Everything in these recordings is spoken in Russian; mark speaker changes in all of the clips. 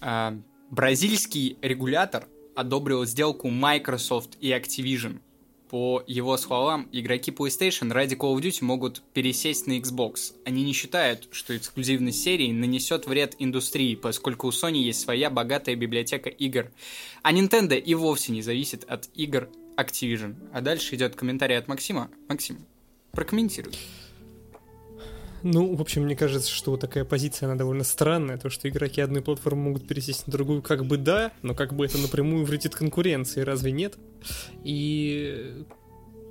Speaker 1: А, Бразильский регулятор одобрил сделку Microsoft и Activision. По его словам, игроки PlayStation ради Call of Duty могут пересесть на Xbox. Они не считают, что эксклюзивность серии нанесет вред индустрии, поскольку у Sony есть своя богатая библиотека игр. А Nintendo и вовсе не зависит от игр Activision. А дальше идет комментарий от Максима. Максим, прокомментируй.
Speaker 2: Ну, в общем, мне кажется, что вот такая позиция, она довольно странная, то, что игроки одной платформы могут пересесть на другую, как бы да, но как бы это напрямую вредит конкуренции, разве нет? И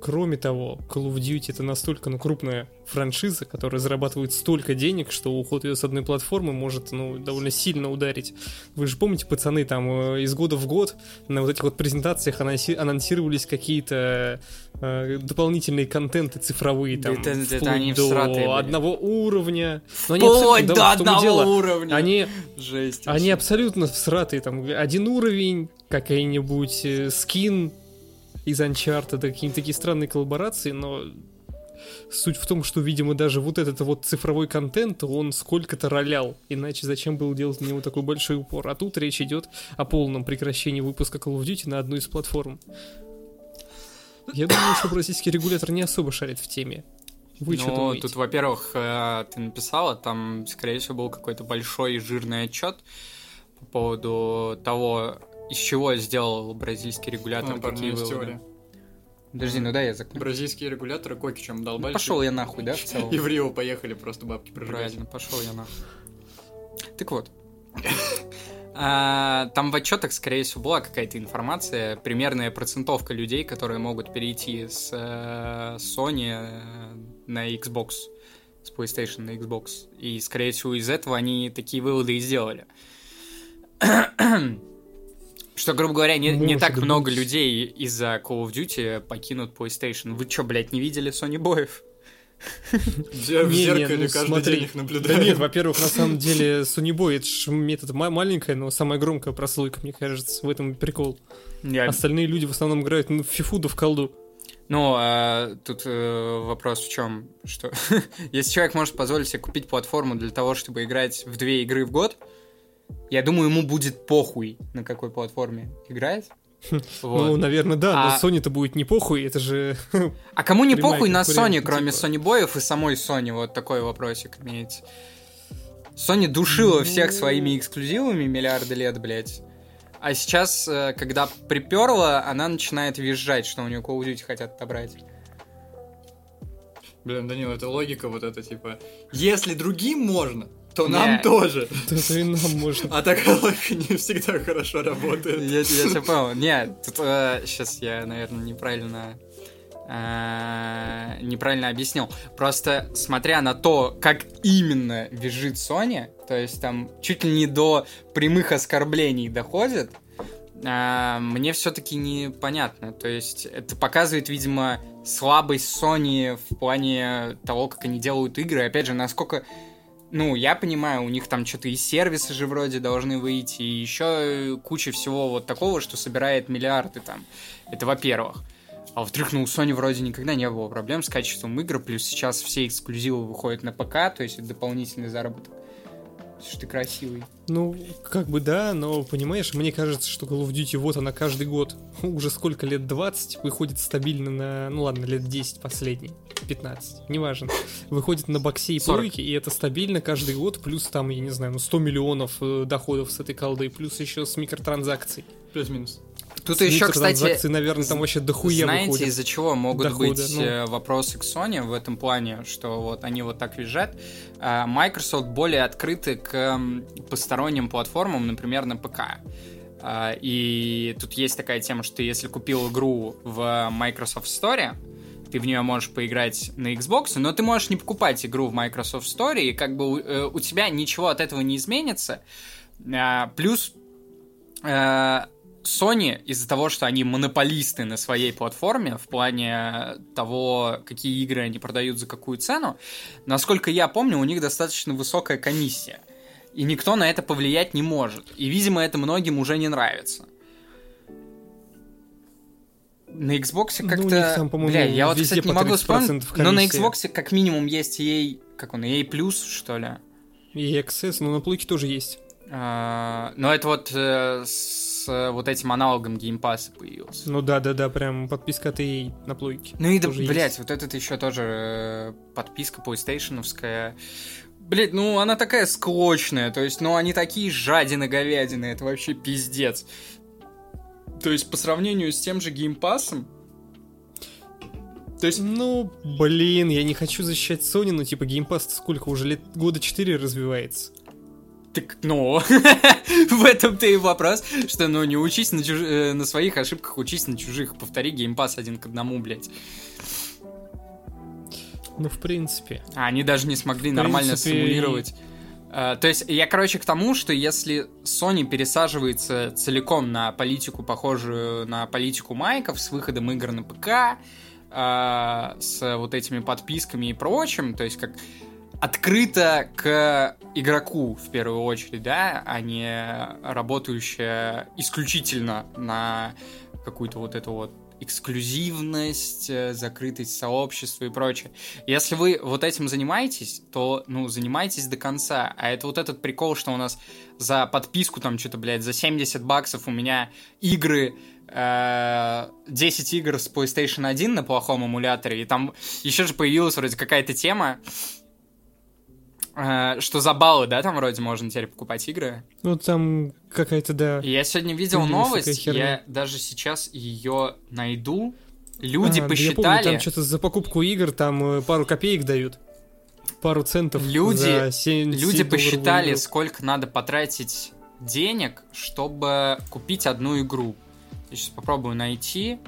Speaker 2: кроме того, Call of Duty это настолько ну, крупная франшиза, которая зарабатывает столько денег, что уход ее с одной платформы может ну, довольно сильно ударить. Вы же помните, пацаны, там э, из года в год на вот этих вот презентациях анонси- анонсировались какие-то э, дополнительные контенты цифровые, там,
Speaker 1: Да это- это
Speaker 2: вплоть
Speaker 1: они всратые были. Ну,
Speaker 2: до одного уровня. Но они
Speaker 1: Вплоть
Speaker 2: абсолютно- Ну, да,
Speaker 1: до
Speaker 2: вот в том и
Speaker 1: одного
Speaker 2: дело.
Speaker 1: уровня.
Speaker 2: Они
Speaker 1: Жесть.
Speaker 2: они абсолютно всратые, там один уровень, какой-нибудь э, скин из Uncharted, какие-то такие странные коллаборации, но суть в том, что, видимо, даже вот этот вот цифровой контент, он сколько-то ролял, иначе зачем было делать на него такой большой упор? А тут речь идет о полном прекращении выпуска Call of Duty на одну из платформ. Я думаю, что российский регулятор не особо шарит в теме. Вы что
Speaker 1: Ну,
Speaker 2: думаете?
Speaker 1: тут, во-первых, э, ты написала, там, скорее всего, был какой-то большой и жирный отчет по поводу того, из чего сделал бразильский регулятор, А
Speaker 3: Ну,
Speaker 1: какие
Speaker 3: Парни,
Speaker 1: выводы.
Speaker 3: теория.
Speaker 1: Подожди, ну да, я закончу.
Speaker 3: Бразильские регуляторы коки чем долбали.
Speaker 1: пошел Ну, я нахуй, да, в целом?
Speaker 3: И в Рио поехали просто бабки прожигать.
Speaker 1: Правильно, пошел я нахуй. Так вот. А, Там в отчетах, скорее всего, была какая-то информация, примерная процентовка людей, которые могут перейти с э, Sony э, на Xbox, с PlayStation на Xbox. И, скорее всего, из этого они такие выводы и сделали. Что, грубо говоря, не, не
Speaker 2: Может
Speaker 1: так
Speaker 2: быть.
Speaker 1: много людей из-за Call of Duty покинут PlayStation. Вы чё, блядь, не видели Sony боев?
Speaker 3: Я в
Speaker 2: Не-не,
Speaker 3: зеркале
Speaker 2: ну
Speaker 3: каждый
Speaker 2: смотри.
Speaker 3: день их
Speaker 2: Да
Speaker 3: наблюдаю.
Speaker 2: нет, во-первых, на самом деле Сунибой это ж метод ма- маленькая, но самая громкая прослойка, мне кажется, в этом и прикол.
Speaker 1: Я
Speaker 2: Остальные люди в основном играют ну, в фифу да в колду.
Speaker 1: Ну, а тут э, вопрос в чем, что если человек может позволить себе купить платформу для того, чтобы играть в две игры в год, я думаю, ему будет похуй, на какой платформе играет.
Speaker 2: Ну, наверное, да,
Speaker 1: А-
Speaker 2: но Sony-то будет не похуй, это же...
Speaker 1: А кому не
Speaker 2: прямая
Speaker 1: похуй на Sony,
Speaker 2: конкуренция,
Speaker 1: кроме
Speaker 2: типа.
Speaker 1: Sony Боев и самой Sony? Вот такой вопросик имеется. Sony
Speaker 2: Ну.
Speaker 1: душила всех своими эксклюзивами миллиарды лет, блядь. А сейчас, э, когда приперла, она начинает визжать, что у нее Call of Duty хотят отобрать.
Speaker 3: Блин, Данил, это логика вот эта, типа, если другим можно, то
Speaker 1: Не.
Speaker 3: нам тоже.
Speaker 2: Да и нам можно.
Speaker 3: А такая логика не всегда хорошо работает.
Speaker 1: Я, тебя понял. Нет, тут сейчас я, наверное, неправильно э, неправильно объяснил. Просто смотря на то, как именно визжит Sony, то есть там чуть ли не до прямых оскорблений доходит, э, мне все-таки непонятно. То есть это показывает, видимо, слабость Sony в плане того, как они делают игры. Опять же, насколько ну, я понимаю, у них там что-то и сервисы же вроде должны выйти, и еще куча всего вот такого, что собирает миллиарды там. Это во-первых. А во-вторых, ну, у Sony вроде никогда не было проблем с качеством игр, плюс сейчас все эксклюзивы выходят на ПК, то есть это дополнительный заработок. Слушай, ты красивый.
Speaker 2: Ну, как бы да, но, понимаешь, мне кажется, что Call of Duty, вот она каждый год, уже сколько лет, 20, выходит стабильно на, ну ладно, лет 10 последний, 15, неважно. Выходит на боксе и
Speaker 1: 40.
Speaker 2: плойке, и это стабильно каждый год, плюс там, я не знаю, ну 100 миллионов э, доходов с этой колды, плюс еще с микротранзакций.
Speaker 3: Плюс-минус.
Speaker 1: Тут
Speaker 2: С
Speaker 1: еще,
Speaker 2: микротранзакций,
Speaker 1: кстати,
Speaker 2: наверное, там вообще дохуя
Speaker 1: Знаете,
Speaker 2: выходит.
Speaker 1: из-за чего могут
Speaker 2: доходы,
Speaker 1: быть
Speaker 2: ну.
Speaker 1: э, вопросы к Sony в этом плане, что вот они вот так визжат? А Microsoft более открыты к м, посторонним платформам, например, на ПК. А, И тут есть такая тема, что ты, если купил игру в Microsoft Store, ты в нее можешь поиграть на Xbox, но ты можешь не покупать игру в Microsoft Store, и как бы у, э, у тебя ничего от этого не изменится. А, Плюс э, Sony из-за того, что они монополисты на своей платформе в плане того, какие игры они продают за какую цену, насколько я помню, у них достаточно высокая комиссия. И никто на это повлиять не может. И, видимо, это многим уже не нравится. На Xbox
Speaker 2: Ну,
Speaker 1: как-то...
Speaker 2: у них там, по-моему,
Speaker 1: Бля, я вот,
Speaker 2: везде
Speaker 1: кстати, не
Speaker 2: по
Speaker 1: могу вспомнить,
Speaker 2: 30%
Speaker 1: но на
Speaker 2: комиссия.
Speaker 1: Xbox как минимум есть EA... Как он, EA+, что ли?
Speaker 2: И XS, но на плойке тоже есть.
Speaker 1: Э, Но это вот э, с э, вот этим аналогом геймпаса появился.
Speaker 2: Ну да, да, да, прям подписка от EA на плойке.
Speaker 1: Ну и, да,
Speaker 2: тоже
Speaker 1: блядь,
Speaker 2: есть.
Speaker 1: вот этот еще тоже э, подписка PlayStationовская. Блядь, ну она такая склочная, то есть, ну они такие жадины говядины, это вообще пиздец. То есть по сравнению с тем же геймпасом, то есть
Speaker 2: Ну, блин, я не хочу защищать Sony, но типа геймпас сколько уже лет, года 4 развивается.
Speaker 1: Так, ну, в этом-то и вопрос, что, ну, не учись на, чуж- э, на своих ошибках, учись на чужих. Повтори геймпас один к одному, блядь.
Speaker 2: Ну, в принципе.
Speaker 1: А они даже не смогли нормально
Speaker 2: принципе,
Speaker 1: симулировать. Э, То есть я, короче, к тому, что если Sony пересаживается целиком на политику, похожую на политику Майков, с выходом игр на ПК, э, с вот этими подписками и прочим, то есть как открыто к игроку в первую очередь, да, а не работающая исключительно на какую-то вот эту вот эксклюзивность, э, закрытость сообщества и прочее. Если вы вот этим занимаетесь, то, ну, занимайтесь до конца. А это вот этот прикол, что у нас за подписку там что-то, блядь, за 70 баксов у меня игры, э, 10 игр с PlayStation 1 на плохом эмуляторе, и там еще же появилась вроде какая-то тема, э, что за баллы, да, там вроде можно теперь покупать игры.
Speaker 2: Ну, там какая-то, да...
Speaker 1: Я сегодня видел
Speaker 2: Появилась такая
Speaker 1: новость,
Speaker 2: херня.
Speaker 1: я даже сейчас ее найду. Люди
Speaker 2: А, да я
Speaker 1: посчитали...
Speaker 2: помню, там что-то за покупку игр там э, пару копеек дают. Пару центов.
Speaker 1: Люди-
Speaker 2: за семь-
Speaker 1: Люди
Speaker 2: семь долларовую
Speaker 1: посчитали,
Speaker 2: игру.
Speaker 1: сколько надо потратить денег, чтобы купить одну игру. Я сейчас попробую найти.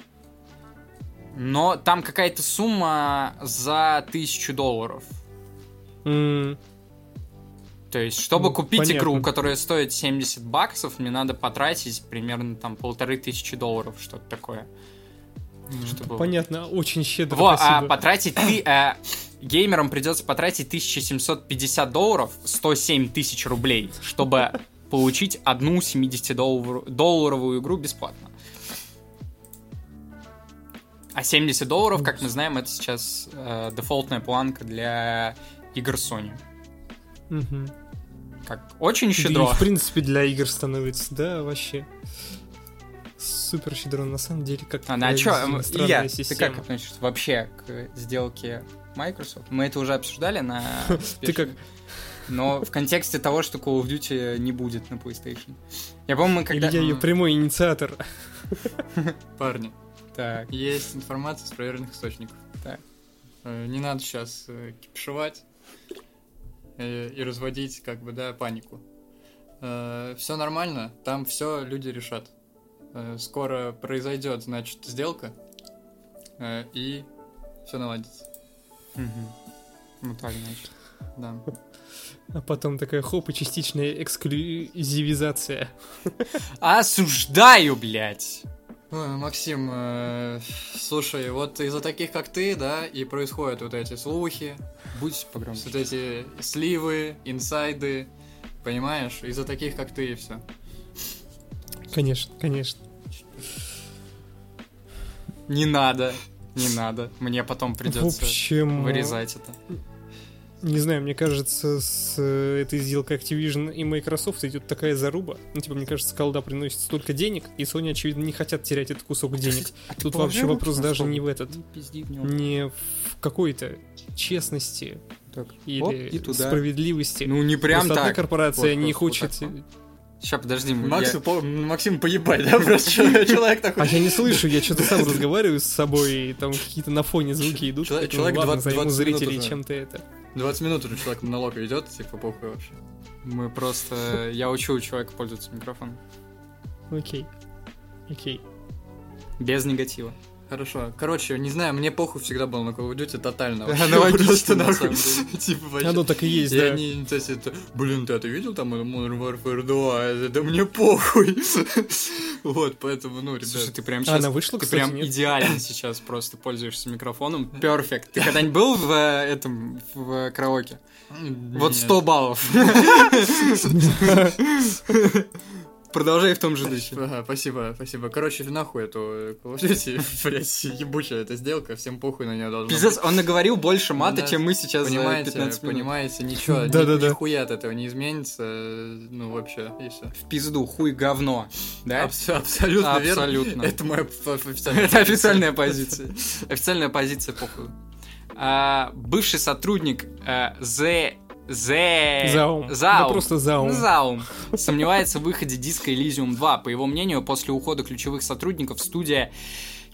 Speaker 1: Но там какая-то сумма за тысячу долларов.
Speaker 2: М,
Speaker 1: То есть, чтобы
Speaker 2: Ну,
Speaker 1: купить
Speaker 2: понятно.
Speaker 1: игру, которая стоит 70 баксов, мне надо потратить примерно там полторы тысячи долларов, что-то такое. Чтобы-
Speaker 2: Понятно, очень щедро.
Speaker 1: Во, а
Speaker 2: спасибо.
Speaker 1: потратить ты... э, геймерам придется потратить 1750 долларов, 107 тысяч рублей, чтобы получить одну 70-долларовую игру бесплатно. А 70 долларов, как мы знаем, это сейчас э, дефолтная планка для игр Sony.
Speaker 2: Мгм.
Speaker 1: Как очень
Speaker 2: Да и,
Speaker 1: щедро.
Speaker 2: в принципе, для игр становится, да, вообще. Супер щедро, на самом деле, как
Speaker 1: А на
Speaker 2: такая
Speaker 1: чё,
Speaker 2: действительно
Speaker 1: эм,
Speaker 2: Э, странная
Speaker 1: Илья, ты
Speaker 2: система.
Speaker 1: как относишься вообще к сделке Microsoft? Мы это уже обсуждали на...
Speaker 2: Ты как?
Speaker 1: Но в контексте того, что Call of Duty не будет на PlayStation. Я помню, мы когда...
Speaker 2: Илья ее
Speaker 1: М,
Speaker 2: прямой инициатор.
Speaker 3: Парни,
Speaker 1: Так,
Speaker 3: есть информация с проверенных источников.
Speaker 1: Так.
Speaker 3: Э, Не надо сейчас кипишевать э, и разводить, как бы, да, панику. Все нормально, там все люди решат. Э, Скоро произойдет, значит, сделка, э, и все наладится.
Speaker 1: мгм. Ну так, значит.
Speaker 3: Да.
Speaker 2: А потом такая хоп и частичная эксклюзивизация.
Speaker 1: Осуждаю, блядь!
Speaker 3: Ой, Ну, Максим, э, слушай, вот из-за таких, как ты, да, и происходят вот эти слухи,
Speaker 1: Будь погромче.
Speaker 3: вот эти сливы, инсайды, понимаешь? Из-за таких, как ты, и все.
Speaker 2: Конечно, конечно.
Speaker 1: Не надо, не надо. Мне потом
Speaker 2: В
Speaker 1: придется
Speaker 2: общем,
Speaker 1: вырезать это.
Speaker 2: не знаю, мне кажется, с э, этой сделкой Activision и Microsoft идет такая заруба. Ну, типа, мне кажется, колда приносит столько денег, и Sony, очевидно, не хотят терять этот кусок денег.
Speaker 1: а
Speaker 2: Тут вообще вопрос даже не в этот,
Speaker 1: Не пизди
Speaker 3: Ну.
Speaker 1: в него.
Speaker 2: не в какой-то честности
Speaker 1: Так, оп,
Speaker 2: или
Speaker 1: и туда.
Speaker 2: справедливости.
Speaker 1: Ну не прям
Speaker 2: Просто одна
Speaker 1: так.
Speaker 2: корпорация
Speaker 3: Вот,
Speaker 2: не
Speaker 3: вот, вот
Speaker 2: хочет...
Speaker 3: так вот.
Speaker 1: Сейчас, подожди. мы-
Speaker 3: Максу по- Максим поебать, да, просто человек человек
Speaker 2: А
Speaker 3: такой.
Speaker 2: я не слышу, я что-то сам разговариваю с собой, и там какие-то на фоне звуки идут.
Speaker 3: Человек-
Speaker 2: поэтому
Speaker 3: человек
Speaker 2: ладно,
Speaker 3: 20
Speaker 2: займу
Speaker 3: 20 минут
Speaker 2: зрителей
Speaker 3: уже.
Speaker 2: чем-то это.
Speaker 3: 20 минут уже человек монолог идет, типа похуй вообще.
Speaker 1: Мы просто... э, Я учу человека пользоваться микрофоном.
Speaker 2: Окей. Окей.
Speaker 1: Без негатива.
Speaker 3: Хорошо. Короче, не знаю, мне похуй всегда было на Call of Duty тотально. вообще.
Speaker 1: Аналогично,
Speaker 3: Просто
Speaker 1: на
Speaker 3: нахуй.
Speaker 1: самом
Speaker 3: Типа вообще.
Speaker 2: Оно так и есть,
Speaker 3: Я
Speaker 2: да.
Speaker 3: не, то есть это, блин, ты, а ты видел там Modern Warfare 2? Это, да мне похуй. Вот, поэтому, ну,
Speaker 1: Слушай,
Speaker 3: ребят.
Speaker 1: ты прям
Speaker 2: А
Speaker 1: сейчас
Speaker 2: она вышла,
Speaker 1: Ты
Speaker 2: кстати,
Speaker 1: прям
Speaker 2: нет?
Speaker 1: идеально сейчас просто пользуешься микрофоном. Перфект. Ты когда-нибудь был в э, этом, в э, караоке? Вот 100 баллов. Продолжай в том же духе.
Speaker 3: Ага, спасибо, спасибо. Короче, нахуй эту Call of Duty, блядь, ебучая эта сделка, всем похуй на нее должно
Speaker 1: Пиздец,
Speaker 3: быть.
Speaker 1: он наговорил больше
Speaker 3: У
Speaker 1: мата,
Speaker 3: нас,
Speaker 1: чем мы сейчас за
Speaker 3: Понимаете,
Speaker 1: 15 минут.
Speaker 3: понимаете, ничего, ни-
Speaker 2: Да-да-да.
Speaker 3: нихуя от этого не изменится, э, ну вообще, и все.
Speaker 1: В пизду, хуй говно. Да?
Speaker 3: абсолютно верно.
Speaker 1: Абсолютно.
Speaker 3: Это моя оф- официальная
Speaker 1: Это официальная позиция. Официальная позиция, похуй. А, Бывший сотрудник э, The... The...
Speaker 2: Заум. Да
Speaker 1: Заум.
Speaker 2: просто заум.
Speaker 1: Заум сомневается в выходе диска Elysium 2. По его мнению, после ухода ключевых сотрудников студия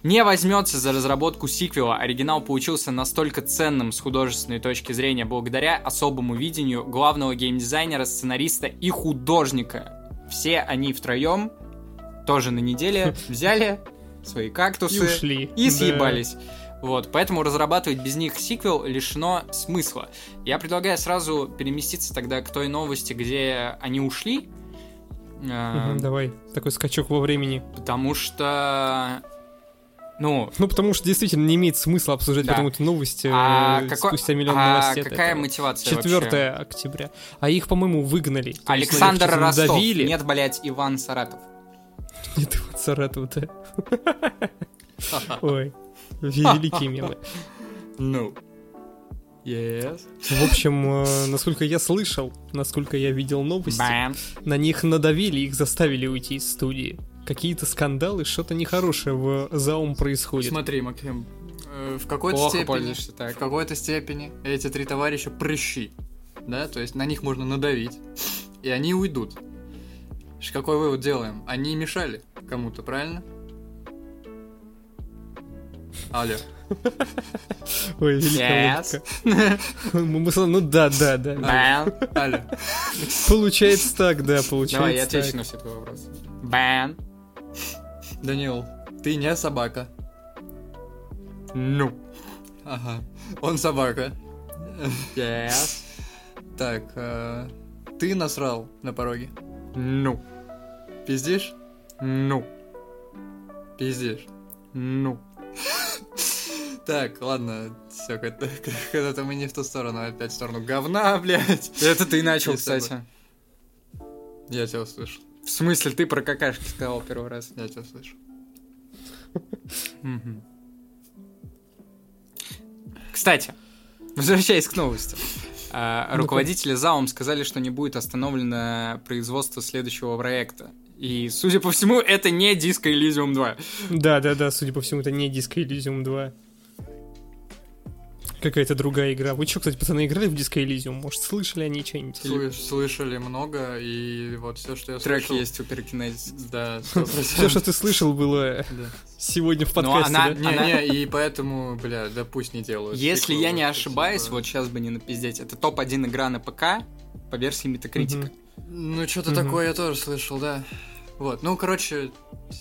Speaker 1: не возьмется за разработку сиквела. Оригинал получился настолько ценным с художественной точки зрения благодаря особому видению главного геймдизайнера, сценариста и художника. Все они втроем, тоже на неделе, взяли свои кактусы
Speaker 2: И ушли.
Speaker 1: и
Speaker 2: Да.
Speaker 1: съебались. Вот, поэтому разрабатывать без них сиквел лишено смысла. Я предлагаю сразу переместиться тогда к той новости, где они ушли. Э,
Speaker 2: Мгм, Давай, такой скачок во времени.
Speaker 1: Потому что... Ну,
Speaker 2: Ну, потому что действительно не имеет смысла обсуждать
Speaker 1: Да.
Speaker 2: потом эту новость э,
Speaker 1: а, какой-
Speaker 2: спустя миллион
Speaker 1: а
Speaker 2: новостей. от
Speaker 1: какая
Speaker 2: этого.
Speaker 1: мотивация
Speaker 2: 4
Speaker 1: вообще?
Speaker 2: октября. А их, по-моему, выгнали. То есть на них
Speaker 1: Александр
Speaker 2: что-то
Speaker 1: Ростов.
Speaker 2: надавили.
Speaker 1: Нет, блядь, Иван Саратов.
Speaker 2: Нет, вот Саратов, да.
Speaker 3: позиция.
Speaker 2: Ой, великие мемы.
Speaker 3: Ну. Yes.
Speaker 2: В общем, э, насколько я слышал, насколько я видел новости,
Speaker 1: Бэм.
Speaker 2: на них надавили, их заставили уйти из студии. Какие-то скандалы, что-то нехорошее в заум происходит.
Speaker 3: Смотри, Максим, э, в какой-то
Speaker 1: Плохо
Speaker 3: степени...
Speaker 1: пользуешься
Speaker 3: В
Speaker 1: так.
Speaker 3: какой-то степени эти три товарища прыщи, да, то есть на них можно надавить, и они уйдут. Ш- Какой вывод делаем? Они мешали кому-то, правильно? Алло.
Speaker 2: Ой, великая
Speaker 1: Yes.
Speaker 2: улыбка. Мы- мы с- Ну да, да, да.
Speaker 1: Бэм.
Speaker 3: Алло.
Speaker 2: Получается так, да,
Speaker 1: Давай, я
Speaker 2: получается так.
Speaker 1: отвечу на все твои вопросы. Бэм.
Speaker 3: Даниил, ты не собака.
Speaker 1: Ну.
Speaker 3: Ага. Он собака.
Speaker 1: Yes.
Speaker 3: Так, э, ты насрал на пороге.
Speaker 1: Ну.
Speaker 3: Пиздишь?
Speaker 1: Ну.
Speaker 3: Пиздишь.
Speaker 1: Ну.
Speaker 3: Так, ладно, все, когда-то мы не в ту сторону, а опять в сторону говна, блядь.
Speaker 1: Это ты начал,
Speaker 3: И с тобой.
Speaker 1: кстати.
Speaker 3: Я тебя услышал,
Speaker 1: В смысле, ты про какашки сказал первый раз?
Speaker 3: я тебя слышу.
Speaker 1: Мгм. Кстати, возвращаясь к новости. А,
Speaker 2: Ну-ка.
Speaker 1: Руководители ЗАОМ сказали, что не будет остановлено производство следующего проекта. И, судя по всему, это не Disco Elysium 2.
Speaker 2: Да, да, да, судя по всему, это не Disco Elysium 2. Какая-то другая игра. Вы что, кстати, пацаны, играли в Disco Elysium? Может, слышали они что-нибудь?
Speaker 3: Слы- слышали много, и вот все, что я
Speaker 1: Трек
Speaker 3: слышал...
Speaker 1: есть у Пирокинезис.
Speaker 3: Да, 100%.
Speaker 2: Все, что ты слышал, было
Speaker 3: Да.
Speaker 2: сегодня
Speaker 1: Ну,
Speaker 2: в подкасте,
Speaker 1: она-
Speaker 2: да?
Speaker 3: Не,
Speaker 1: Она-
Speaker 3: не, и поэтому, бля, да пусть не делают.
Speaker 1: Если
Speaker 3: Типа,
Speaker 1: я не
Speaker 3: вот,
Speaker 1: ошибаюсь,
Speaker 3: типа,
Speaker 1: вот сейчас бы не напиздеть, это топ-1 игра на ПК по версии Метакритика.
Speaker 3: Ну, что-то
Speaker 2: Мгм.
Speaker 3: такое я тоже слышал, да. Вот, ну, короче,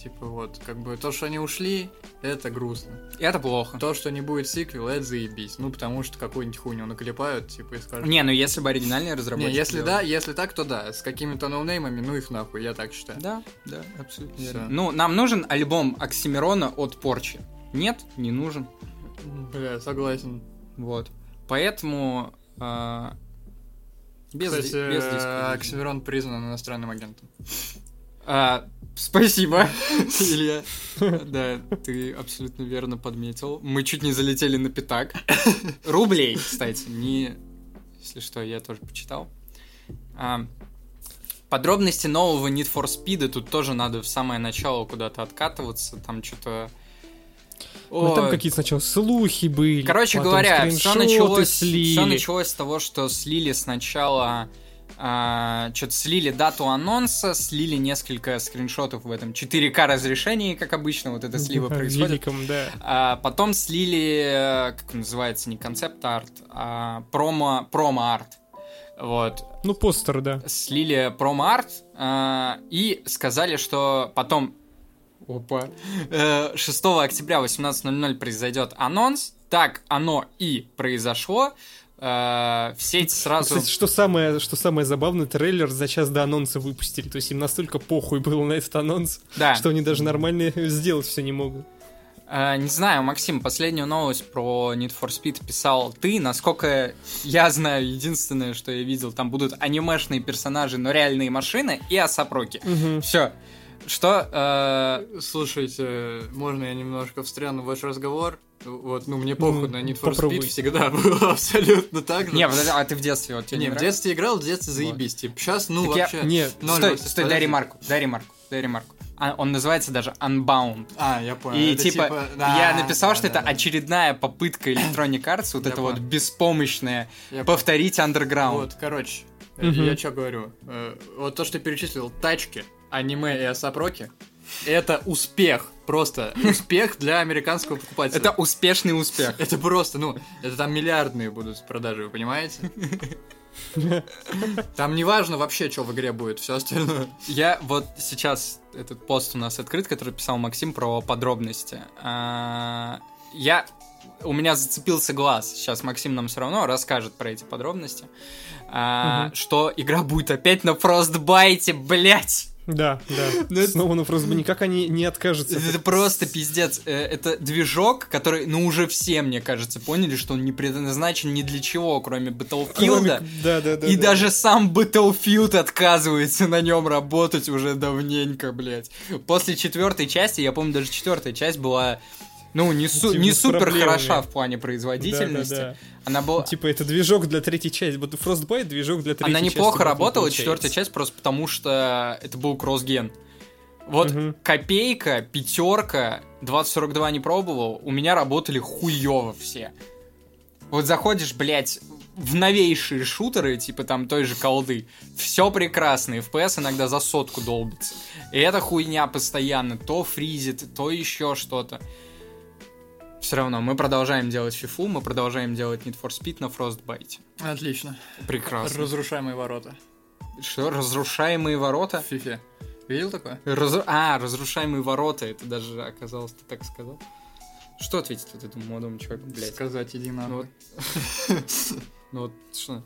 Speaker 3: типа вот, как бы то, что они ушли, это грустно.
Speaker 1: И это плохо.
Speaker 3: То, что не будет сиквел, это заебись. Ну, потому что какую-нибудь хуйню наклепают, типа, и скажут.
Speaker 1: Не, ну если бы оригинальные
Speaker 3: Не,
Speaker 1: разработчики.
Speaker 3: если
Speaker 1: делали.
Speaker 3: да, если так, то да. С какими-то ноунеймами, ну их нахуй, я так считаю.
Speaker 1: Да, да, абсолютно
Speaker 3: Всё.
Speaker 1: верно. Ну, нам нужен альбом Оксимирона от Порчи. Нет, не нужен.
Speaker 3: Бля, согласен.
Speaker 1: Вот. Поэтому... э, без,
Speaker 3: Кстати,
Speaker 1: ди- без диска.
Speaker 3: э, Оксимирон признан иностранным агентом.
Speaker 1: А, спасибо, Илья. Да, ты абсолютно верно подметил. Мы чуть не залетели на пятак. Рублей, кстати, не... Если что, я тоже почитал. А, подробности нового Need for Speed тут тоже надо в самое начало куда-то откатываться. Там что-то...
Speaker 2: Ну, там какие-то сначала слухи были.
Speaker 1: Короче
Speaker 2: потом
Speaker 1: говоря, все
Speaker 2: скриншоты
Speaker 1: началось,
Speaker 2: слили.
Speaker 1: всё началось с того, что слили сначала что-то слили дату анонса, слили несколько скриншотов в этом 4К разрешении, как обычно, вот это слива
Speaker 2: Да,
Speaker 1: происходит.
Speaker 2: великом, да.
Speaker 1: А потом слили, э, как он называется, не концепт-арт, а промо- промо-арт. Вот
Speaker 2: Ну, постер, да.
Speaker 1: слили промо-арт э, и сказали, что потом опа, э, 6 октября 18.00 произойдет анонс. Так оно и произошло. Э, в сеть сразу...
Speaker 2: Кстати, что самое, что самое забавное, трейлер за час до анонса выпустили. То есть им настолько похуй было на этот анонс,
Speaker 1: да.
Speaker 2: что они даже нормально сделать все не могут.
Speaker 1: Э, Не знаю, Максим, последнюю новость про Need for Speed писал ты. Насколько я знаю, единственное, что я видел, там будут анимешные персонажи, но реальные машины и осапроки.
Speaker 2: Мгм.
Speaker 1: Все. Что? э,
Speaker 3: А, Слушайте, можно я немножко встряну в ваш разговор? Вот, ну, мне
Speaker 2: Ну,
Speaker 3: похуй на Need for
Speaker 2: попробуй.
Speaker 3: Speed всегда было абсолютно так же.
Speaker 1: Не, подожди, а ты в детстве вот тебе
Speaker 3: Не, в
Speaker 1: нравилось?
Speaker 3: детстве играл, в детстве заебись. Типа, сейчас, ну,
Speaker 1: Так я-
Speaker 3: вообще...
Speaker 2: Нет,
Speaker 3: ноль
Speaker 1: Стой,
Speaker 3: восемь,
Speaker 1: стой,
Speaker 3: подожди.
Speaker 1: дай ремарку, дай ремарку, дай ремарку. А, Он называется даже Unbound.
Speaker 3: А, я понял.
Speaker 1: И
Speaker 3: это
Speaker 1: типа,
Speaker 3: да,
Speaker 1: я написал,
Speaker 3: да,
Speaker 1: что
Speaker 3: да,
Speaker 1: это
Speaker 3: да.
Speaker 1: очередная попытка Electronic Arts, вот
Speaker 3: Я
Speaker 1: это вот
Speaker 3: понял.
Speaker 1: беспомощное,
Speaker 3: Я
Speaker 1: повторить Underground.
Speaker 3: Вот, короче,
Speaker 2: Мгм.
Speaker 3: я что говорю? Э, Вот то, что ты перечислил, тачки, аниме и осапроки, это успех. Просто успех для американского покупателя.
Speaker 1: Это успешный успех.
Speaker 3: Это просто, ну, это там миллиардные будут продажи, вы понимаете? Там не важно вообще, что в игре будет, все остальное.
Speaker 1: Я вот сейчас этот пост у нас открыт, который писал Максим про подробности. А, Я у меня зацепился глаз. Сейчас Максим нам все равно расскажет про эти подробности, А,
Speaker 2: Мгм.
Speaker 1: что игра будет опять на фростбайте, блять.
Speaker 2: Да,
Speaker 1: Ну,
Speaker 2: да.
Speaker 1: это-
Speaker 2: Снова, ну просто никак они не откажутся.
Speaker 1: Это просто пиздец. Э, Это движок, который, ну уже все, мне кажется, поняли, что он не предназначен ни для чего, кроме Battlefield.
Speaker 2: Кроме- Да, да, да.
Speaker 1: И
Speaker 2: да.
Speaker 1: даже сам Battlefield отказывается на нем работать уже давненько, блядь. После четвертой части, я помню, даже четвертая часть была, ну, не, су-
Speaker 2: Типа,
Speaker 1: не
Speaker 2: с
Speaker 1: супер
Speaker 2: проблемами.
Speaker 1: хороша в плане
Speaker 2: Да, да,
Speaker 1: производительности.
Speaker 2: да.
Speaker 1: Она была...
Speaker 2: Типа это движок для третьей части. Вот Frostbite движок для третьей
Speaker 1: Она
Speaker 2: части.
Speaker 1: неплохо
Speaker 2: Battlefield
Speaker 1: работала,
Speaker 2: получается.
Speaker 1: четвертая часть, просто потому что это был кроссген. Вот
Speaker 2: Мгм.
Speaker 1: копейка, пятерка, 2042 не пробовал, у меня работали хуёво все. Вот заходишь, блядь, в новейшие шутеры, типа там той же колды, все прекрасно, FPS иногда за сотку долбится. И эта хуйня постоянно то фризит, то еще что-то. Все равно, мы продолжаем делать фифу, мы продолжаем делать Need for Speed на Frostbite.
Speaker 3: Отлично.
Speaker 1: Прекрасно.
Speaker 3: Разрушаемые ворота.
Speaker 1: Что, разрушаемые
Speaker 3: В
Speaker 1: ворота?
Speaker 3: фифе. Видел такое?
Speaker 1: Разру- А, разрушаемые ворота, это даже оказалось, ты так сказал. Что ответить вот этому молодому человеку, блядь?
Speaker 3: Сказать иди
Speaker 1: Ну
Speaker 3: нахуй.
Speaker 1: вот, ну вот что?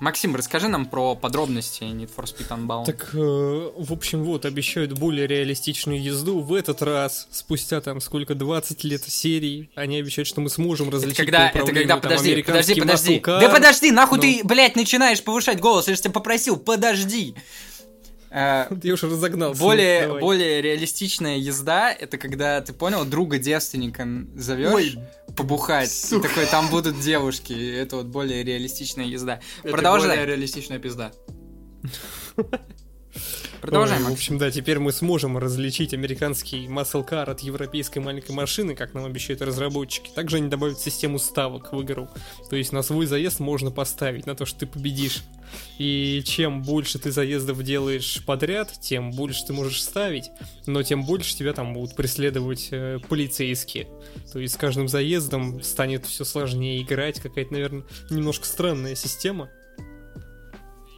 Speaker 1: Максим, расскажи нам про подробности Need for Speed Unbound.
Speaker 2: Так, э, в общем, вот, обещают более реалистичную езду. В этот раз, спустя там сколько, 20 лет серии, они обещают, что мы сможем
Speaker 1: это
Speaker 2: различить
Speaker 1: когда,
Speaker 2: по
Speaker 1: это
Speaker 2: управлению,
Speaker 1: когда,
Speaker 2: там,
Speaker 1: подожди, подожди,
Speaker 2: американский
Speaker 1: подожди.
Speaker 2: muscle car.
Speaker 1: Да подожди, нахуй
Speaker 2: Ну.
Speaker 1: ты, блядь, начинаешь повышать голос, я же тебя попросил, подожди. Э,
Speaker 2: Я уже разогнался.
Speaker 1: Более,
Speaker 2: Давай.
Speaker 1: более реалистичная езда это когда ты понял, друга девственника зовешь
Speaker 3: Ой,
Speaker 1: побухать. И
Speaker 3: сука.
Speaker 1: такой, там будут девушки. И это вот более реалистичная езда.
Speaker 3: это
Speaker 1: Продолжай.
Speaker 3: более реалистичная пизда.
Speaker 1: Продолжай,
Speaker 2: Ой, В
Speaker 1: Макс.
Speaker 2: общем, да, теперь мы сможем различить американский muscle car от европейской маленькой машины, как нам обещают разработчики. Также они добавят систему ставок в игру. То есть на свой заезд можно поставить, на то, что ты победишь. И чем больше ты заездов делаешь подряд, тем больше ты можешь ставить, но тем больше тебя там будут преследовать э, полицейские. То есть с каждым заездом станет все сложнее играть, какая-то, наверное, немножко странная система.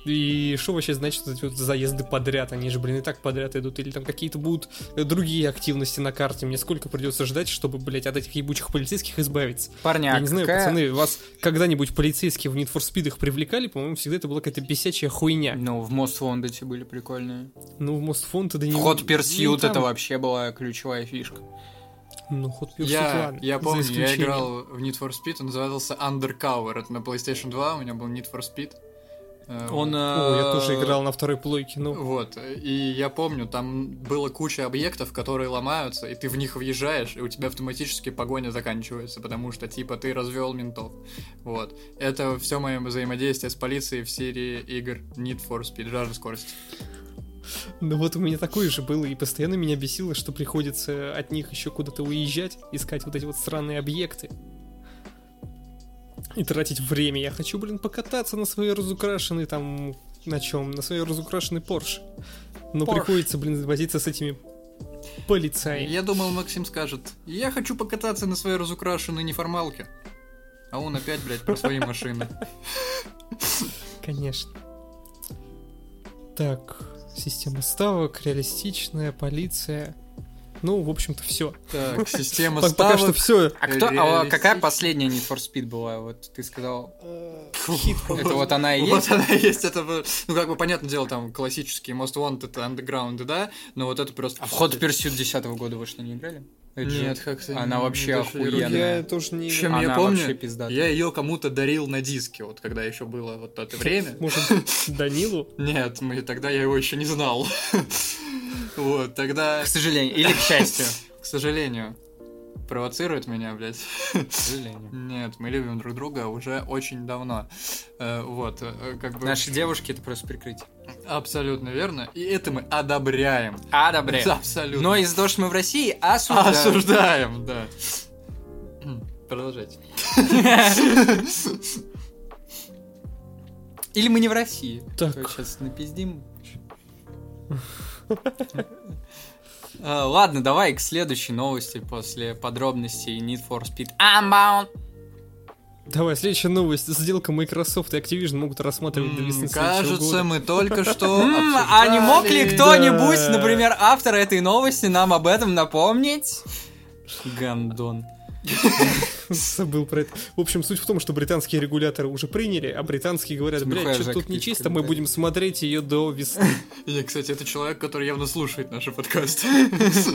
Speaker 2: И что вообще значит вот эти вот заезды подряд? Они же, блин, и так подряд идут. Или там какие-то будут э, другие активности на карте. Мне сколько придется ждать, чтобы, блядь, от этих ебучих полицейских избавиться?
Speaker 1: Парня,
Speaker 2: Я не знаю,
Speaker 1: какая-
Speaker 2: пацаны, вас когда-нибудь полицейские в Need for Speed их привлекали? По-моему, всегда это была какая-то бесячая хуйня.
Speaker 1: Ну, в Most Wanted были прикольные.
Speaker 2: Ну, в Most Wanted... да не...
Speaker 1: Вход
Speaker 2: ну,
Speaker 1: Pursuit
Speaker 2: там-
Speaker 1: это вообще была ключевая фишка.
Speaker 2: Ну, Hot Pursuit,
Speaker 3: Я,
Speaker 2: ладно,
Speaker 3: я
Speaker 2: за
Speaker 3: помню, я
Speaker 2: исключением.
Speaker 3: играл в Need for Speed, он назывался Undercover. Это на PlayStation 2, у меня был Need for Speed. Э,
Speaker 1: Он...
Speaker 2: О, я тоже играл на второй плойке, ну...
Speaker 3: Вот, и я помню, там было куча объектов, которые ломаются, и ты в них въезжаешь, и у тебя автоматически погоня заканчивается, потому что, типа, ты развел ментов. Вот. Это все мое взаимодействие с полицией в серии игр Need for Speed, жажда скорости.
Speaker 2: Ну вот у меня такое же было, и постоянно меня бесило, что приходится от них еще куда-то уезжать, искать вот эти вот странные объекты. И тратить время. Я хочу, блин, покататься на своей разукрашенной там... На чем? На своей разукрашенной Порш. Но
Speaker 1: Порш.
Speaker 2: приходится, блин, возиться с этими полицаями.
Speaker 3: Я думал, Максим скажет, я хочу покататься на своей разукрашенной неформалке. А он опять, блядь, про свои машины.
Speaker 2: Конечно. Так, система ставок, реалистичная, полиция. Ну, в общем-то, все.
Speaker 3: Так, система
Speaker 2: Пока что
Speaker 3: ставок.
Speaker 2: все.
Speaker 1: А, кто, а какая
Speaker 3: Реалистично.
Speaker 1: последняя Need for Speed была? Вот ты сказал,
Speaker 3: Хит.
Speaker 1: это вот она и есть?
Speaker 3: Вот она и А, есть, это, бы- ну, как бы, понятное дело, там, классические Most Wanted, Underground, да, но вот это просто...
Speaker 1: А вход Pursuit 10 года вы что, не играли? Это же-
Speaker 3: Нет, как-то
Speaker 1: она
Speaker 3: не-
Speaker 1: вообще
Speaker 3: даже и
Speaker 1: охуенная.
Speaker 3: руки.
Speaker 2: Я тоже не...
Speaker 3: Чем
Speaker 1: Она
Speaker 3: я помню,
Speaker 1: вообще пиздатая.
Speaker 3: я ее кому-то дарил на диске, вот когда еще было вот это время.
Speaker 2: Может, Данилу?
Speaker 3: Нет, мы тогда я его еще не знал. Вот, тогда,
Speaker 1: К сожалению, или к счастью.
Speaker 3: к сожалению, провоцирует меня, блядь.
Speaker 1: К сожалению.
Speaker 3: Нет, мы любим друг друга уже очень давно. Э, Вот, э, как бы...
Speaker 1: Наши девушки это просто прикрытие.
Speaker 3: Абсолютно верно. И это мы одобряем.
Speaker 1: А, добре.
Speaker 3: Абсолютно.
Speaker 1: Но из-за того, что мы в России, осуждаем.
Speaker 3: Осуждаем, да. Продолжайте.
Speaker 1: Или мы не в России.
Speaker 2: Так.
Speaker 1: сейчас напиздим. Э, Ладно, давай к следующей новости после подробностей Need for Speed Unbound.
Speaker 2: Давай, следующая новость. Сделка Microsoft и Activision могут рассматривать до весны
Speaker 3: М,
Speaker 2: следующего года.
Speaker 3: Кажется, мы только что
Speaker 1: М, А не мог ли
Speaker 3: обсуждали-
Speaker 1: кто-нибудь,
Speaker 2: Да.
Speaker 1: например, автор этой новости, нам об этом напомнить? Гандон.
Speaker 2: Забыл про это. В общем, суть в том, что британские регуляторы уже приняли, а британские говорят,
Speaker 1: Ну,
Speaker 2: блядь,
Speaker 1: хуя
Speaker 2: что
Speaker 1: же
Speaker 2: тут
Speaker 1: какие-то
Speaker 2: нечисто, мы
Speaker 1: комментарии».
Speaker 2: будем смотреть ее до весны.
Speaker 3: И, кстати, это человек, который явно слушает наши подкасты.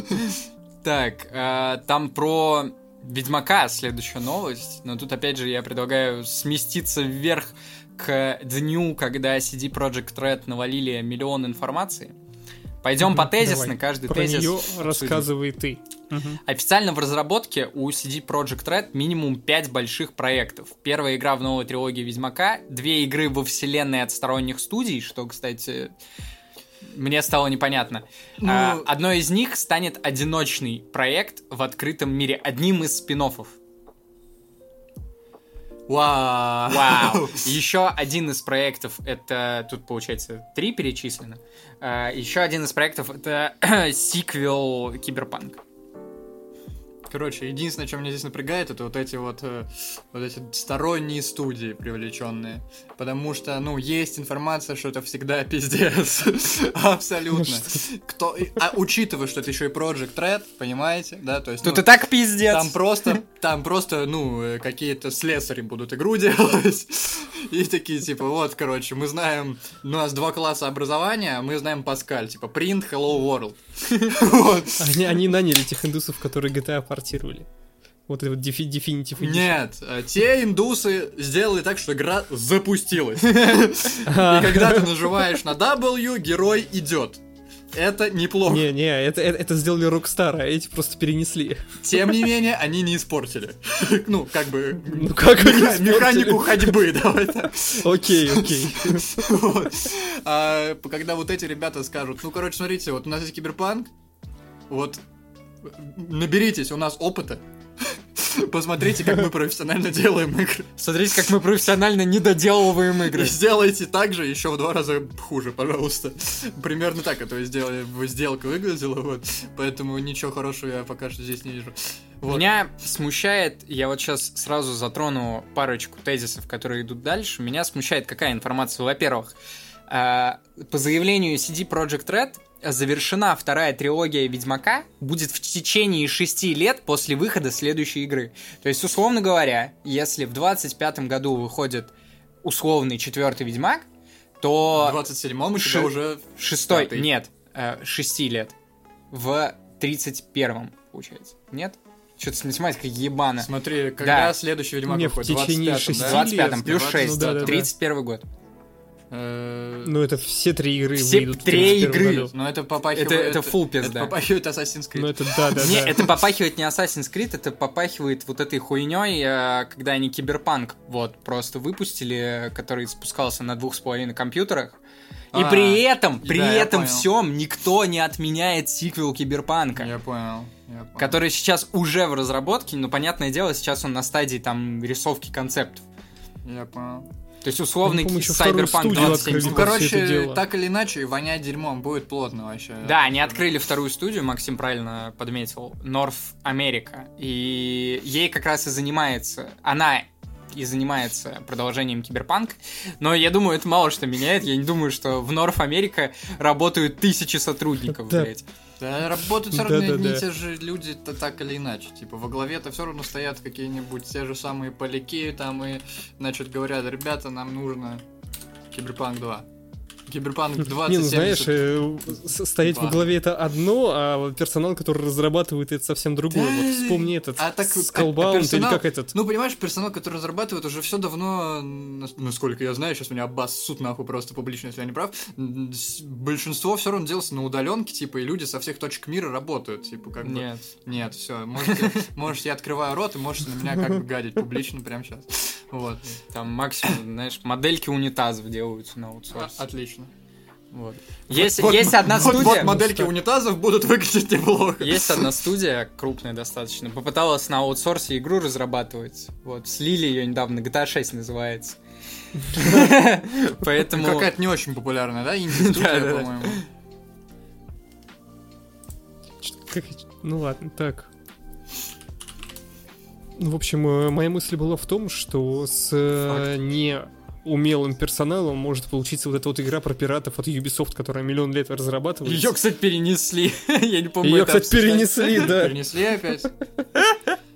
Speaker 1: Так, э, там про Ведьмака следующая новость, но тут опять же я предлагаю сместиться вверх к дню, когда CD Project Red навалили миллион информации. Пойдем
Speaker 2: Мгм,
Speaker 1: по тезисно,
Speaker 2: давай.
Speaker 1: каждый
Speaker 2: Про
Speaker 1: тезис.
Speaker 2: нее рассказывай ты.
Speaker 1: Официально в разработке у CD Project Red минимум 5 больших проектов. Первая игра в новой трилогии Ведьмака, две игры во вселенной от сторонних студий, что, кстати, мне стало непонятно.
Speaker 3: Ну-
Speaker 1: А, одно из них станет одиночный проект в открытом мире, одним из спин-оффов.
Speaker 3: Вау.
Speaker 1: Вау! Еще один из проектов это. Тут получается три перечислено. А, Еще один из проектов это сиквел Киберпанк.
Speaker 3: Короче, единственное, чем меня здесь напрягает, это вот эти вот, э, вот эти сторонние студии привлеченные. Потому что, ну, есть информация, что это всегда пиздец.
Speaker 1: Ну,
Speaker 3: Абсолютно. Кто, и- а учитывая, что это еще и Project Red, понимаете, да, то есть...
Speaker 1: Тут
Speaker 3: ну,
Speaker 1: и так пиздец!
Speaker 3: там просто, там просто, ну, э, какие-то слесари будут игру делать. И такие, типа, вот, короче, мы знаем, у нас два класса образования, а мы знаем Паскаль, типа, print, hello world. Вот.
Speaker 2: Они, они наняли тех индусов, которые GTA портировали. Вот это вот дефи- Definitive Edition.
Speaker 3: Нет, э, те индусы сделали так, что игра запустилась. И когда
Speaker 2: А.
Speaker 3: ты нажимаешь на W, герой идет. Это неплохо.
Speaker 2: Не, не, это, это, это сделали Rockstar, а эти просто перенесли.
Speaker 3: Тем не менее, они не испортили. Ну, как бы...
Speaker 2: Ну как они
Speaker 3: меха- Механику
Speaker 2: испортили?
Speaker 3: ходьбы, давай так.
Speaker 2: Окей, окей.
Speaker 3: Вот. А, Когда вот эти ребята скажут, ну, короче, смотрите, вот у нас есть киберпанк, вот наберитесь, у нас опыта, посмотрите, как мы профессионально делаем игры.
Speaker 1: Смотрите, как мы профессионально недоделываем
Speaker 3: И
Speaker 1: игры.
Speaker 3: сделайте так же, еще в два раза хуже, пожалуйста. Примерно так это сделали, сделка выглядела, вот. Поэтому ничего хорошего я пока что здесь не вижу. Вот.
Speaker 1: Меня смущает, я вот сейчас сразу затрону парочку тезисов, которые идут дальше. Меня смущает какая информация. Во-первых, э, по заявлению CD Project Red завершена вторая трилогия Ведьмака будет в течение шести лет после выхода следующей игры. То есть, условно говоря, если в 25 году выходит условный четвертый Ведьмак,
Speaker 3: В
Speaker 1: то
Speaker 3: 27-м у тебя
Speaker 1: Ши-
Speaker 3: уже...
Speaker 1: Шестой,
Speaker 3: Пятый.
Speaker 1: нет, э, шести лет. В тридцать первом, получается. Нет? Что-то с математикой ебано.
Speaker 3: Смотри, когда
Speaker 1: Да.
Speaker 3: следующий Ведьмак
Speaker 2: Не, в
Speaker 3: выходит?
Speaker 2: течение
Speaker 3: 25-м,
Speaker 1: В
Speaker 2: шести
Speaker 3: да?
Speaker 1: 25-м, плюс
Speaker 3: 20,
Speaker 1: 6,
Speaker 2: ну да, да, да.
Speaker 1: 31 год.
Speaker 3: Э,
Speaker 2: Ну это все три игры
Speaker 1: Все
Speaker 2: выйдут в
Speaker 1: три
Speaker 2: 31
Speaker 1: игры.
Speaker 2: году.
Speaker 3: Ну это попахивает...
Speaker 1: Это, это фул
Speaker 3: Это
Speaker 1: пизда.
Speaker 3: попахивает Assassin's
Speaker 2: Ну
Speaker 3: Creed.
Speaker 2: это да, да,
Speaker 1: Не,
Speaker 2: да.
Speaker 1: это попахивает не Assassin's Creed, это попахивает вот этой хуйней, э, когда они Киберпанк вот просто выпустили, э, который спускался на двух с половиной компьютерах. И
Speaker 3: А,
Speaker 1: при этом, при
Speaker 3: да, я
Speaker 1: этом
Speaker 3: понял.
Speaker 1: всем никто не отменяет сиквел Киберпанка.
Speaker 3: Я понял. я понял.
Speaker 1: который сейчас уже в разработке, но понятное дело, сейчас он на стадии там рисовки концептов.
Speaker 3: Я понял.
Speaker 1: То есть условный
Speaker 2: Они, по-моему, еще вторую
Speaker 1: Cyberpunk
Speaker 2: студию
Speaker 1: 2077.
Speaker 2: открыли.
Speaker 3: Ну,
Speaker 2: Ну, по всё это
Speaker 3: короче,
Speaker 2: дело.
Speaker 3: так или иначе, вонять дерьмом будет плотно вообще.
Speaker 1: Да, они открыли вторую студию, Максим правильно подметил, North America. И ей как раз и занимается, она и занимается продолжением Киберпанк. Но я думаю, это мало что меняет. Я не думаю, что в North America работают тысячи сотрудников,
Speaker 2: Да.
Speaker 1: блядь.
Speaker 3: Да, работают все равно
Speaker 2: Да-да-да.
Speaker 3: одни и те же люди-то так или иначе. Типа во главе-то все равно стоят какие-нибудь те же самые поляки, там и, значит, говорят, ребята, нам нужно Киберпанк 2. Киберпанк 20
Speaker 2: Не, ну знаешь, э, с- стоять во
Speaker 3: Два.
Speaker 2: главе это одно, а вот персонал, который разрабатывает, это совсем другое.
Speaker 3: Да,
Speaker 2: Вот вспомни этот
Speaker 3: а так, а- а
Speaker 2: Skullbound или
Speaker 3: персонал-
Speaker 2: как этот.
Speaker 3: Ну, понимаешь, персонал, который разрабатывает, уже все давно, нас- насколько я знаю, сейчас меня Аббас суд нахуй просто публично, если я не прав, м, с- большинство все равно делается на удаленке, типа, и люди со всех точек мира работают, типа, как бы...
Speaker 1: Нет.
Speaker 3: Нет, все, можете, можете, я открываю рот, и можете на меня как бы гадить публично прямо сейчас. Вот.
Speaker 1: Там максимум, знаешь, модельки унитазов делаются на аутсорсе.
Speaker 3: А, Отлично.
Speaker 1: А, Вот. Есть,
Speaker 3: Вот-
Speaker 1: есть одна
Speaker 3: вот-
Speaker 1: студия.
Speaker 3: Вот модельки унитазов будут выглядеть неплохо.
Speaker 1: Есть одна студия, крупная достаточно, попыталась на аутсорсе игру разрабатывать. Вот, слили ее недавно, GTA 6 называется. Поэтому...
Speaker 3: Какая-то не очень популярная, да, инди-студия,
Speaker 1: Да-да-да.
Speaker 3: по-моему.
Speaker 2: Ч- как- Ну ладно, так. Ну, в общем, э, моя мысль была в том, что с э, неумелым персоналом может получиться вот эта вот игра про пиратов от Ubisoft, которая миллион лет разрабатывается.
Speaker 1: Ее, кстати, перенесли. Я не помню.
Speaker 2: Её,
Speaker 1: это
Speaker 2: кстати,
Speaker 1: обсуждали.
Speaker 2: перенесли, да.
Speaker 3: Принесли опять.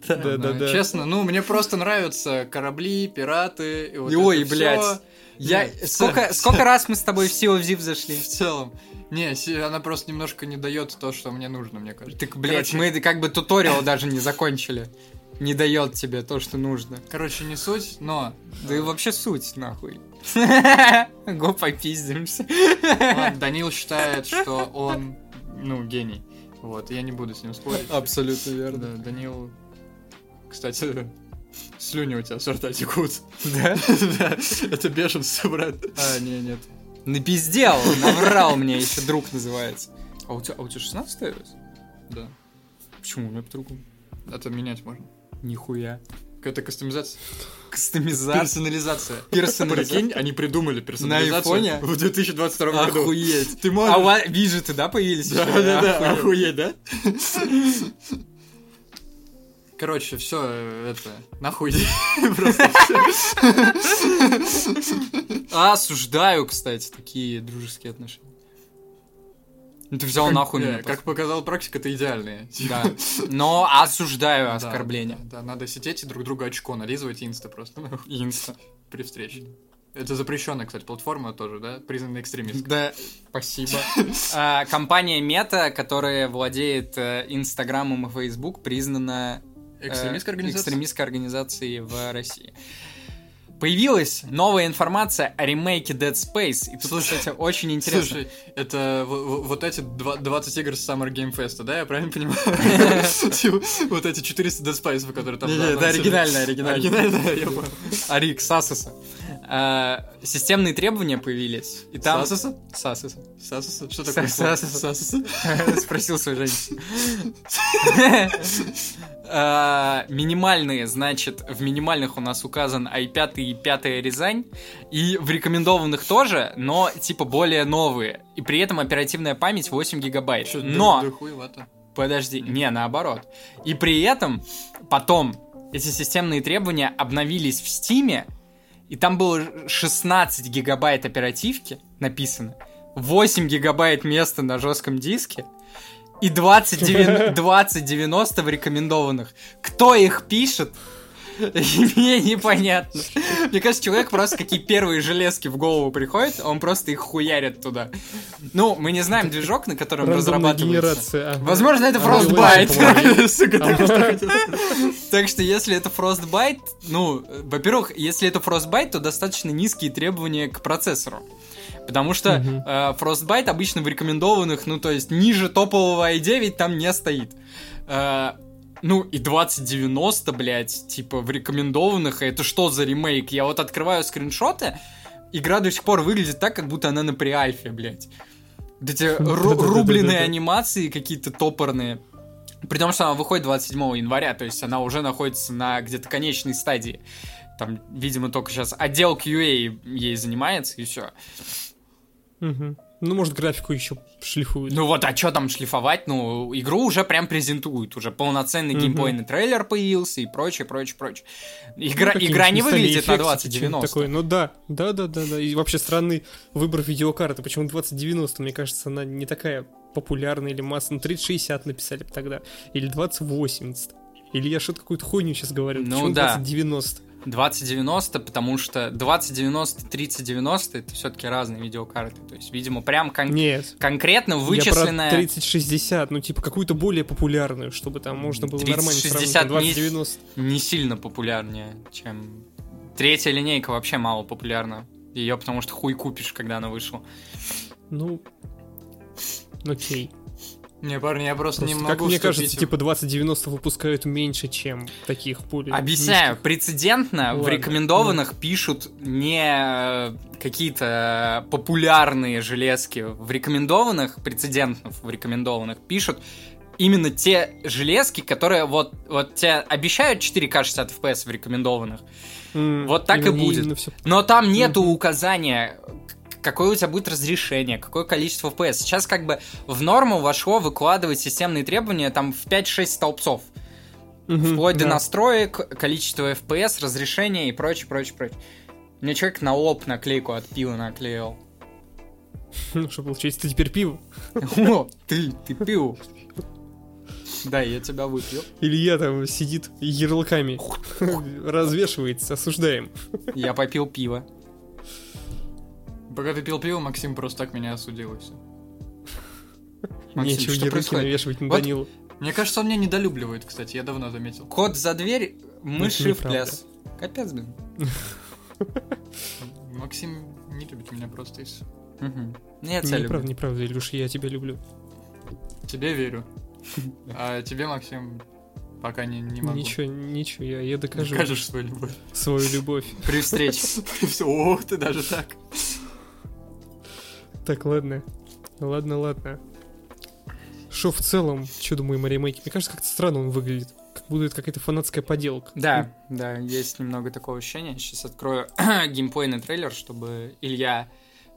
Speaker 2: Да, да,
Speaker 3: Ну,
Speaker 2: да.
Speaker 3: Честно, ну, мне просто нравятся корабли, пираты. И вот
Speaker 1: И Ой,
Speaker 3: это
Speaker 1: блядь.
Speaker 3: всё
Speaker 1: Я...
Speaker 3: Нет,
Speaker 1: Сколько,
Speaker 3: всё.
Speaker 1: сколько раз мы с тобой в Sea of Thieves зашли?
Speaker 3: В целом. Не, си- она просто немножко не дает то, что мне нужно, мне кажется.
Speaker 1: Так, блядь,
Speaker 3: Короче.
Speaker 1: мы как бы туториал даже не закончили. Не дает тебе то, что нужно.
Speaker 3: Короче, не суть, но...
Speaker 1: Да и вообще суть, нахуй. Го попиздимся.
Speaker 3: Ладно, Данил считает, что он, ну, гений. Вот, я не буду с ним спорить.
Speaker 1: Абсолютно верно.
Speaker 3: Да, Данил... Кстати, слюни у тебя сорта текут.
Speaker 1: Да?
Speaker 3: Да, это бешенство, брат. А, не, нет.
Speaker 1: Напиздел, наврал мне, еще друг называется. А у тебя, а у тебя 16 вес?
Speaker 3: Да.
Speaker 1: Почему у меня по-другому?
Speaker 3: Это менять можно.
Speaker 1: Нихуя.
Speaker 3: Какая-то кастомизация.
Speaker 1: Кастомизация.
Speaker 3: Персонализация.
Speaker 1: Персонализация.
Speaker 3: Прикинь, они придумали персонализацию
Speaker 1: айфоне?
Speaker 3: в 2022 году.
Speaker 1: Охуеть.
Speaker 3: Ты
Speaker 1: А у
Speaker 3: можешь...
Speaker 1: вас виджеты, да, появились?
Speaker 3: Да,
Speaker 1: еще?
Speaker 3: да, да,
Speaker 1: Охуеть.
Speaker 3: охуеть, да? Короче, все это... Нахуй. Просто
Speaker 1: Осуждаю, кстати, такие дружеские отношения. Ну ты взял нахуй
Speaker 3: Э,
Speaker 1: меня.
Speaker 3: Как показала практика, это идеальные.
Speaker 1: просто. Да. Но осуждаю
Speaker 3: Да,
Speaker 1: оскорбление.
Speaker 3: Да, да, надо сидеть и друг друга очко нализывать и инста просто. нахуй,
Speaker 1: Инста.
Speaker 3: При встрече. Это запрещенная, кстати, платформа тоже, да? Признанная экстремистской.
Speaker 1: Да, спасибо. А, Компания Мета, которая владеет э, Инстаграмом и Фейсбук, признана э,
Speaker 3: Экстремистская организация?
Speaker 1: экстремистской организацией в России. Появилась новая информация о ремейке Dead Space. И тут,
Speaker 3: Слушай,
Speaker 1: кстати, очень интересно.
Speaker 3: Слушай, это в- в- вот эти два- 20 игр с Summer Game Fest, да, я правильно понимаю? Типа, Вот эти 400 Dead Space, которые там...
Speaker 1: Не-не, это
Speaker 3: заанонсили.
Speaker 1: оригинально, оригинально.
Speaker 3: Оригинально, я понял.
Speaker 1: Арик Сасоса. А, Системные требования появились. И там...
Speaker 3: Сасоса?
Speaker 1: Сасоса.
Speaker 3: Сасоса? Что такое? слово?
Speaker 1: Сасоса.
Speaker 3: Сасоса?
Speaker 1: Спросил свою женщину. А, Минимальные, значит, в минимальных у нас указан i5 и 5 Рязань. И в рекомендованных тоже, но типа более новые. И при этом оперативная память 8 гигабайт.
Speaker 3: Чё, да- да
Speaker 1: Но,
Speaker 3: хуевато.
Speaker 1: подожди, не, наоборот. И при этом потом эти системные требования обновились в Стиме, и там было 16 гигабайт оперативки написано, 8 гигабайт места на жестком диске и 2090 в рекомендованных. Кто их пишет? Мне непонятно. Мне кажется, человек просто какие первые железки в голову приходят, он просто их хуярит туда. Ну, мы не знаем движок, на котором
Speaker 2: Рандомная
Speaker 1: разрабатывается.
Speaker 2: генерация. ага.
Speaker 1: Возможно, это
Speaker 2: А,
Speaker 1: Frostbite.
Speaker 2: по-моему.
Speaker 1: Сука,
Speaker 2: А,
Speaker 1: ты так что если это Frostbite, ну, э, во-первых, если это Frostbite, то достаточно низкие требования к процессору. Потому что
Speaker 2: Мгм.
Speaker 1: э, Frostbite обычно в рекомендованных, ну, то есть ниже топового i9 там не стоит. Э, ну, и 2090, блядь, типа в рекомендованных, это что за ремейк? Я вот открываю скриншоты, игра до сих пор выглядит так, как будто она на приальфе, блядь. Вот эти ру-
Speaker 2: Да-да-да-да-да.
Speaker 1: рубленые анимации какие-то топорные. При том, что она выходит 27 января, то есть она уже находится на где-то конечной стадии. Там, видимо, только сейчас отдел QA ей занимается, и все.
Speaker 2: Мгм. Ну, может, графику еще шлифуют.
Speaker 1: Ну вот, а что там шлифовать? Ну, игру уже прям презентуют. Уже полноценный
Speaker 2: Мгм.
Speaker 1: геймплейный трейлер появился и прочее, прочее, прочее. Игра,
Speaker 2: Ну, какие-нибудь
Speaker 1: игра не
Speaker 2: местами
Speaker 1: выглядит на
Speaker 2: эффектики, что-нибудь
Speaker 1: 2090.
Speaker 2: Такое. Ну да, да, да, да, да. И вообще странный выбор видеокарты. Почему 2090? Мне кажется, она не такая популярная или масса. Ну, 3060 написали бы тогда. Или 2080. Или я что-то какую-то хуйню сейчас говорю?
Speaker 1: Ну
Speaker 2: Почему
Speaker 1: да.
Speaker 2: 2090?
Speaker 1: 2090, потому что 2090, 3090 это все-таки разные видеокарты. То есть, видимо, прям кон-
Speaker 2: Нет.
Speaker 1: конкретно
Speaker 2: Я
Speaker 1: вычисленная...
Speaker 2: про 3060, ну типа какую-то более популярную, чтобы там можно было нормально
Speaker 1: 3060
Speaker 2: сравнить. А
Speaker 1: не-
Speaker 2: 2090.
Speaker 1: не сильно популярнее, чем... Третья линейка вообще мало популярна. Ее потому что хуй купишь, когда она вышла.
Speaker 2: Ну, ну, окей.
Speaker 3: Не, парни, я просто, не
Speaker 2: Просто,
Speaker 3: могу
Speaker 2: как мне
Speaker 3: вступить
Speaker 2: кажется,
Speaker 3: в-
Speaker 2: типа 2090 выпускают меньше, чем таких более
Speaker 1: Объясняю,
Speaker 2: низких.
Speaker 1: прецедентно в
Speaker 2: Ладно,
Speaker 1: рекомендованных пишут не э, какие-то э, популярные железки. В рекомендованных, прецедентно в рекомендованных пишут именно те железки, которые вот, вот тебе обещают 4К 60 FPS в рекомендованных,
Speaker 2: М,
Speaker 1: вот так и
Speaker 2: именно-
Speaker 1: будет.
Speaker 2: именно всё.
Speaker 1: Но там нету указания, к- какое у тебя будет разрешение, какое количество FPS. Сейчас как бы в норму вошло выкладывать системные требования там в 5-6 столбцов.
Speaker 2: Мгм,
Speaker 1: Вплоть до
Speaker 2: да.
Speaker 1: настроек, количество FPS, разрешения и прочее, прочее, прочее. Мне человек на лоб наклейку от пива наклеил.
Speaker 2: Ну, что получается, ты теперь пиво?
Speaker 1: О, ты, ты пил. Да, я тебя выпил.
Speaker 2: Илья там сидит и ярлыками, развешивается, осуждаем.
Speaker 1: Я попил пиво.
Speaker 3: Пока ты пил пиво, Максим просто так меня осудил и все.
Speaker 1: Максим,
Speaker 2: Нечего
Speaker 1: что
Speaker 2: ярлыки
Speaker 1: происходит?
Speaker 2: навешивать на
Speaker 1: Вот
Speaker 2: Данилу.
Speaker 3: Мне кажется, он меня недолюбливает, кстати, я давно заметил.
Speaker 1: Кот за дверь, мыши в
Speaker 2: неправда.
Speaker 1: пляс. Капец, блин.
Speaker 3: Максим не любит меня просто и всё.
Speaker 1: Мгм. Ну, Я тебя люблю.
Speaker 2: Неправда, неправда, Илюш, я тебя люблю.
Speaker 3: Тебе верю. А тебе, Максим, пока не, не могу.
Speaker 2: Ничего, ничего, я, я докажу
Speaker 3: Кажешь свою любовь.
Speaker 2: свою любовь.
Speaker 1: При встрече.
Speaker 3: Всё, О, ты даже так.
Speaker 2: Так, ладно. Ладно, ладно. Что в целом, что думаем о ремейке? Мне кажется, как-то странно он выглядит. Как будто это какая-то фанатская поделка.
Speaker 1: Да, да, есть немного такого ощущения. Сейчас открою геймплейный трейлер, чтобы Илья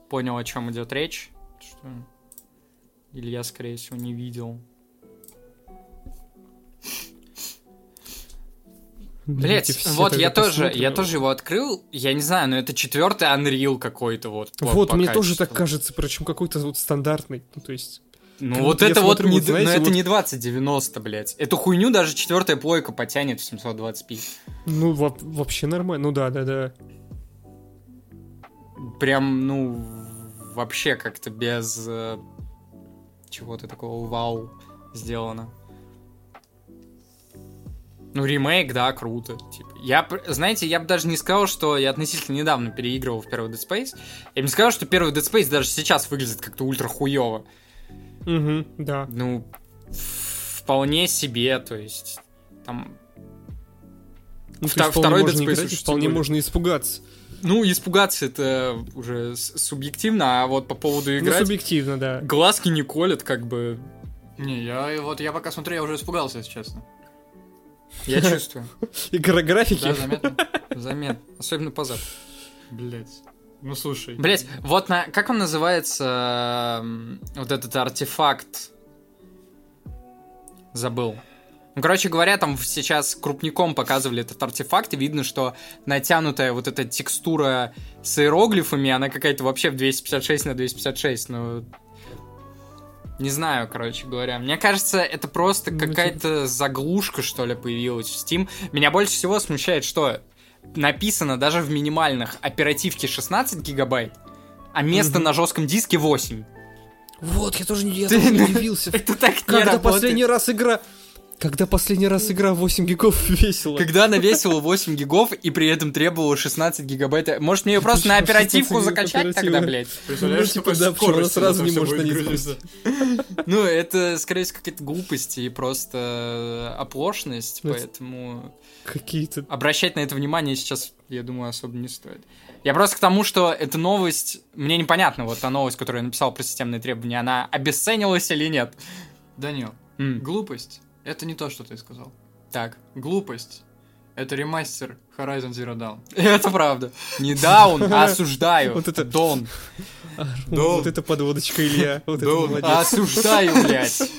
Speaker 1: понял, о чем идет речь. Что Илья, скорее всего, не видел.
Speaker 2: Давайте
Speaker 1: Блять,
Speaker 2: все
Speaker 1: вот
Speaker 2: тогда
Speaker 1: я тоже,
Speaker 2: посмотрим
Speaker 1: я
Speaker 2: его.
Speaker 1: тоже его открыл. Я не знаю, но это четвертый Unreal какой-то вот. по-
Speaker 2: Вот,
Speaker 1: по
Speaker 2: мне тоже
Speaker 1: качеству.
Speaker 2: так кажется, причем какой-то вот стандартный. Ну, то есть,
Speaker 1: Ну
Speaker 2: Как
Speaker 1: вот
Speaker 2: будто я
Speaker 1: это вот,
Speaker 2: смотрю,
Speaker 1: не,
Speaker 2: вот,
Speaker 1: д-
Speaker 2: знаете,
Speaker 1: но это
Speaker 2: вот-
Speaker 1: не 2090, блять. Эту хуйню даже четвертая плойка потянет в 720p.
Speaker 2: ну, во- вообще нормально. Ну да, да, да.
Speaker 1: Прям, ну, вообще как-то без э, чего-то такого вау сделано. Ну, ремейк, да, круто. Типа. Я, пр- знаете, я бы даже не сказал, что я относительно недавно переигрывал в первый Dead Space. Я бы не сказал, что первый Dead Space даже сейчас выглядит как-то ультра хуево.
Speaker 2: Угу, да.
Speaker 1: Ну, вполне себе, то есть, там... Вто-
Speaker 2: Ну, то есть вполне
Speaker 1: второй
Speaker 2: можно
Speaker 1: Dead Space
Speaker 2: играть,
Speaker 1: уж тем
Speaker 2: вполне
Speaker 1: более.
Speaker 2: можно испугаться.
Speaker 1: Ну, испугаться это уже с- субъективно, а вот по поводу
Speaker 2: Ну,
Speaker 1: играть...
Speaker 2: субъективно, да.
Speaker 1: Глазки не колят, как бы,
Speaker 3: Не, я вот я пока смотрю, я уже испугался, если честно.
Speaker 1: я чувствую.
Speaker 2: Игра графики.
Speaker 3: Да, заметно?
Speaker 1: Замен. Особенно по запаху.
Speaker 3: Блять. Ну слушай.
Speaker 1: Блять, вот на... Как он называется? эм, Вот этот артефакт? Забыл. Ну, короче говоря, там сейчас крупником показывали этот артефакт, и видно, что натянутая вот эта текстура с иероглифами, она какая-то вообще в 256 на 256, ну... Не знаю, короче говоря. Мне кажется, это просто
Speaker 2: Ну, типа-
Speaker 1: какая-то заглушка, что ли, появилась в Steam. Меня больше всего смущает, что написано даже в минимальных оперативке 16 гигабайт, а место
Speaker 2: Мгм.
Speaker 1: на жестком диске 8.
Speaker 2: Вот, я тоже не, я
Speaker 1: Ты-
Speaker 2: тоже не удивился.
Speaker 1: Это так не
Speaker 2: Когда
Speaker 1: работает.
Speaker 2: последний раз игра... Когда последний раз игра 8 гигов весила?
Speaker 1: Когда она весила 8 гигов и при этом требовала 16 гигабайт. Может, мне ее просто на
Speaker 2: Почему
Speaker 1: оперативку
Speaker 2: 16
Speaker 1: закачать тогда,
Speaker 2: оперативно?
Speaker 1: блять?
Speaker 3: Представляешь,
Speaker 2: Ну,
Speaker 3: с
Speaker 2: типа,
Speaker 3: какой
Speaker 2: да, почему она
Speaker 3: скоростью
Speaker 2: сразу
Speaker 3: это
Speaker 2: не
Speaker 3: всё
Speaker 2: может
Speaker 3: будет
Speaker 2: на ней
Speaker 3: грузиться?
Speaker 1: Ну, это, скорее всего, какие-то глупости и просто э, оплошность,
Speaker 2: Ну, это-
Speaker 1: поэтому...
Speaker 2: Какие-то...
Speaker 1: обращать на это внимание сейчас, я думаю, особо не стоит. Я просто к тому, что эта новость, мне непонятно, вот та новость, которую я написал про системные требования, она обесценилась или нет.
Speaker 3: Данил,
Speaker 1: М,
Speaker 3: глупость — это не то, что ты сказал.
Speaker 1: так,
Speaker 3: Глупость — это ремастер Horizon Zero Dawn.
Speaker 1: это правда. Не даун, а осуждаю.
Speaker 2: Вот это-
Speaker 1: Дон.
Speaker 2: Вот это подводочка, Илья. Вот это
Speaker 3: Да,
Speaker 2: молодец.
Speaker 1: А, Осуждаю, блядь.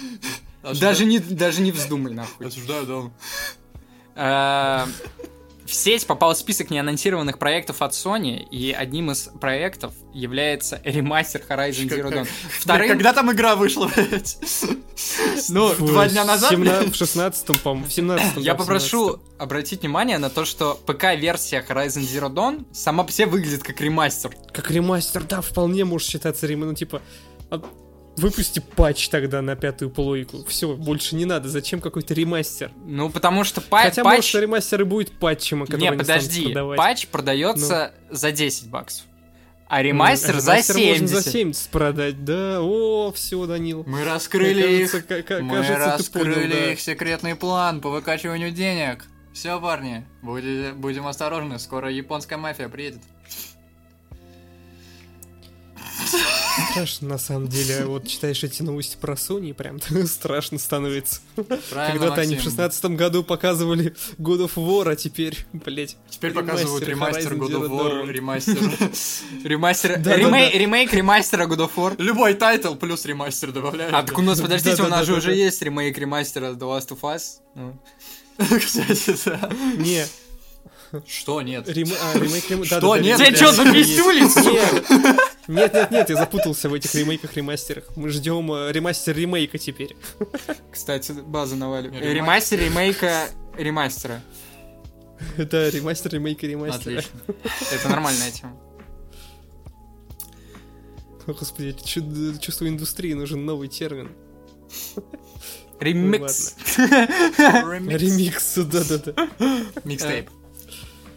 Speaker 1: Даже не, даже не вздумай, нахуй.
Speaker 3: Осуждаю Dawn.
Speaker 1: Э, В сеть попал список неанонсированных проектов от Sony, и одним из проектов является ремастер Horizon Zero Dawn. Вторым...
Speaker 3: Когда там игра вышла, блядь?
Speaker 1: Ну,
Speaker 2: Фу,
Speaker 1: два дня назад...
Speaker 2: В семна- в 16 по-моему, в 17
Speaker 1: Я попрошу обратить внимание на то, что ПК-версия Horizon Zero Dawn сама по себе выглядит как ремастер.
Speaker 2: Как ремастер, да, вполне может считаться ремастер. Ну, типа, а, выпусти патч тогда на пятую плойку. Все, больше не надо. Зачем какой-то ремастер?
Speaker 1: Ну, потому что па-
Speaker 2: Хотя, может,
Speaker 1: патч...
Speaker 2: что ремастер и будет патчем, который
Speaker 1: Не,
Speaker 2: они станут
Speaker 1: подожди,
Speaker 2: продавать.
Speaker 1: патч продается за 10 баксов, а
Speaker 2: Ну,
Speaker 1: ремастер за
Speaker 2: ремастер можно
Speaker 1: 70.
Speaker 2: за 70 продать, да. О, все, Данил.
Speaker 3: Мы раскрыли их.
Speaker 2: Кажется, ка- ка-
Speaker 3: Мы
Speaker 2: кажется, ты
Speaker 3: раскрыли
Speaker 2: понял, да.
Speaker 3: их секретный план по выкачиванию денег. Все, парни, будете- будем осторожны, скоро японская мафия приедет.
Speaker 2: Страшно, на самом деле. а Вот читаешь эти новости про Sony, прям страшно становится.
Speaker 3: Правильно,
Speaker 2: Когда-то они в
Speaker 3: Максим.
Speaker 2: шестнадцатом году показывали God of War, а теперь, блядь,
Speaker 3: Теперь
Speaker 2: ремастер
Speaker 3: показывают ремастер
Speaker 2: Horizon
Speaker 3: God of
Speaker 2: Zero
Speaker 3: War,
Speaker 2: Dawn.
Speaker 3: ремастер.
Speaker 1: Ремастер...
Speaker 2: Да, да,
Speaker 1: ремей-
Speaker 2: да.
Speaker 1: Ремейк ремастера God of War.
Speaker 3: Любой тайтл плюс ремастер добавляют.
Speaker 1: А, так у нас, подождите, у
Speaker 2: Да-да-да-да-да.
Speaker 1: нас же уже есть ремейк ремастера The Last of Us. Ну,
Speaker 3: Кстати, да.
Speaker 2: Не,
Speaker 3: Что нет?
Speaker 2: рем- а, ремейк... рем-
Speaker 3: Что?
Speaker 2: да-да-да,
Speaker 3: Нет,
Speaker 2: рем-
Speaker 1: Тебя чё,
Speaker 2: рем-
Speaker 1: запиздюли?
Speaker 2: Нет. Нет, нет, нет, я запутался в этих ремейках, ремастерах. Мы ждем э, ремастер ремейка теперь.
Speaker 1: Кстати, базу навалю. Ремастер
Speaker 3: Ремастер.
Speaker 1: ремейка ремастера.
Speaker 2: Да, ремастер ремейка ремастера.
Speaker 3: Отлично.
Speaker 1: Это нормальная тема.
Speaker 2: О, Господи, чу- чувство индустрии нужен новый термин.
Speaker 1: Ремикс.
Speaker 2: Ремикс, да-да-да.
Speaker 3: Микстейп.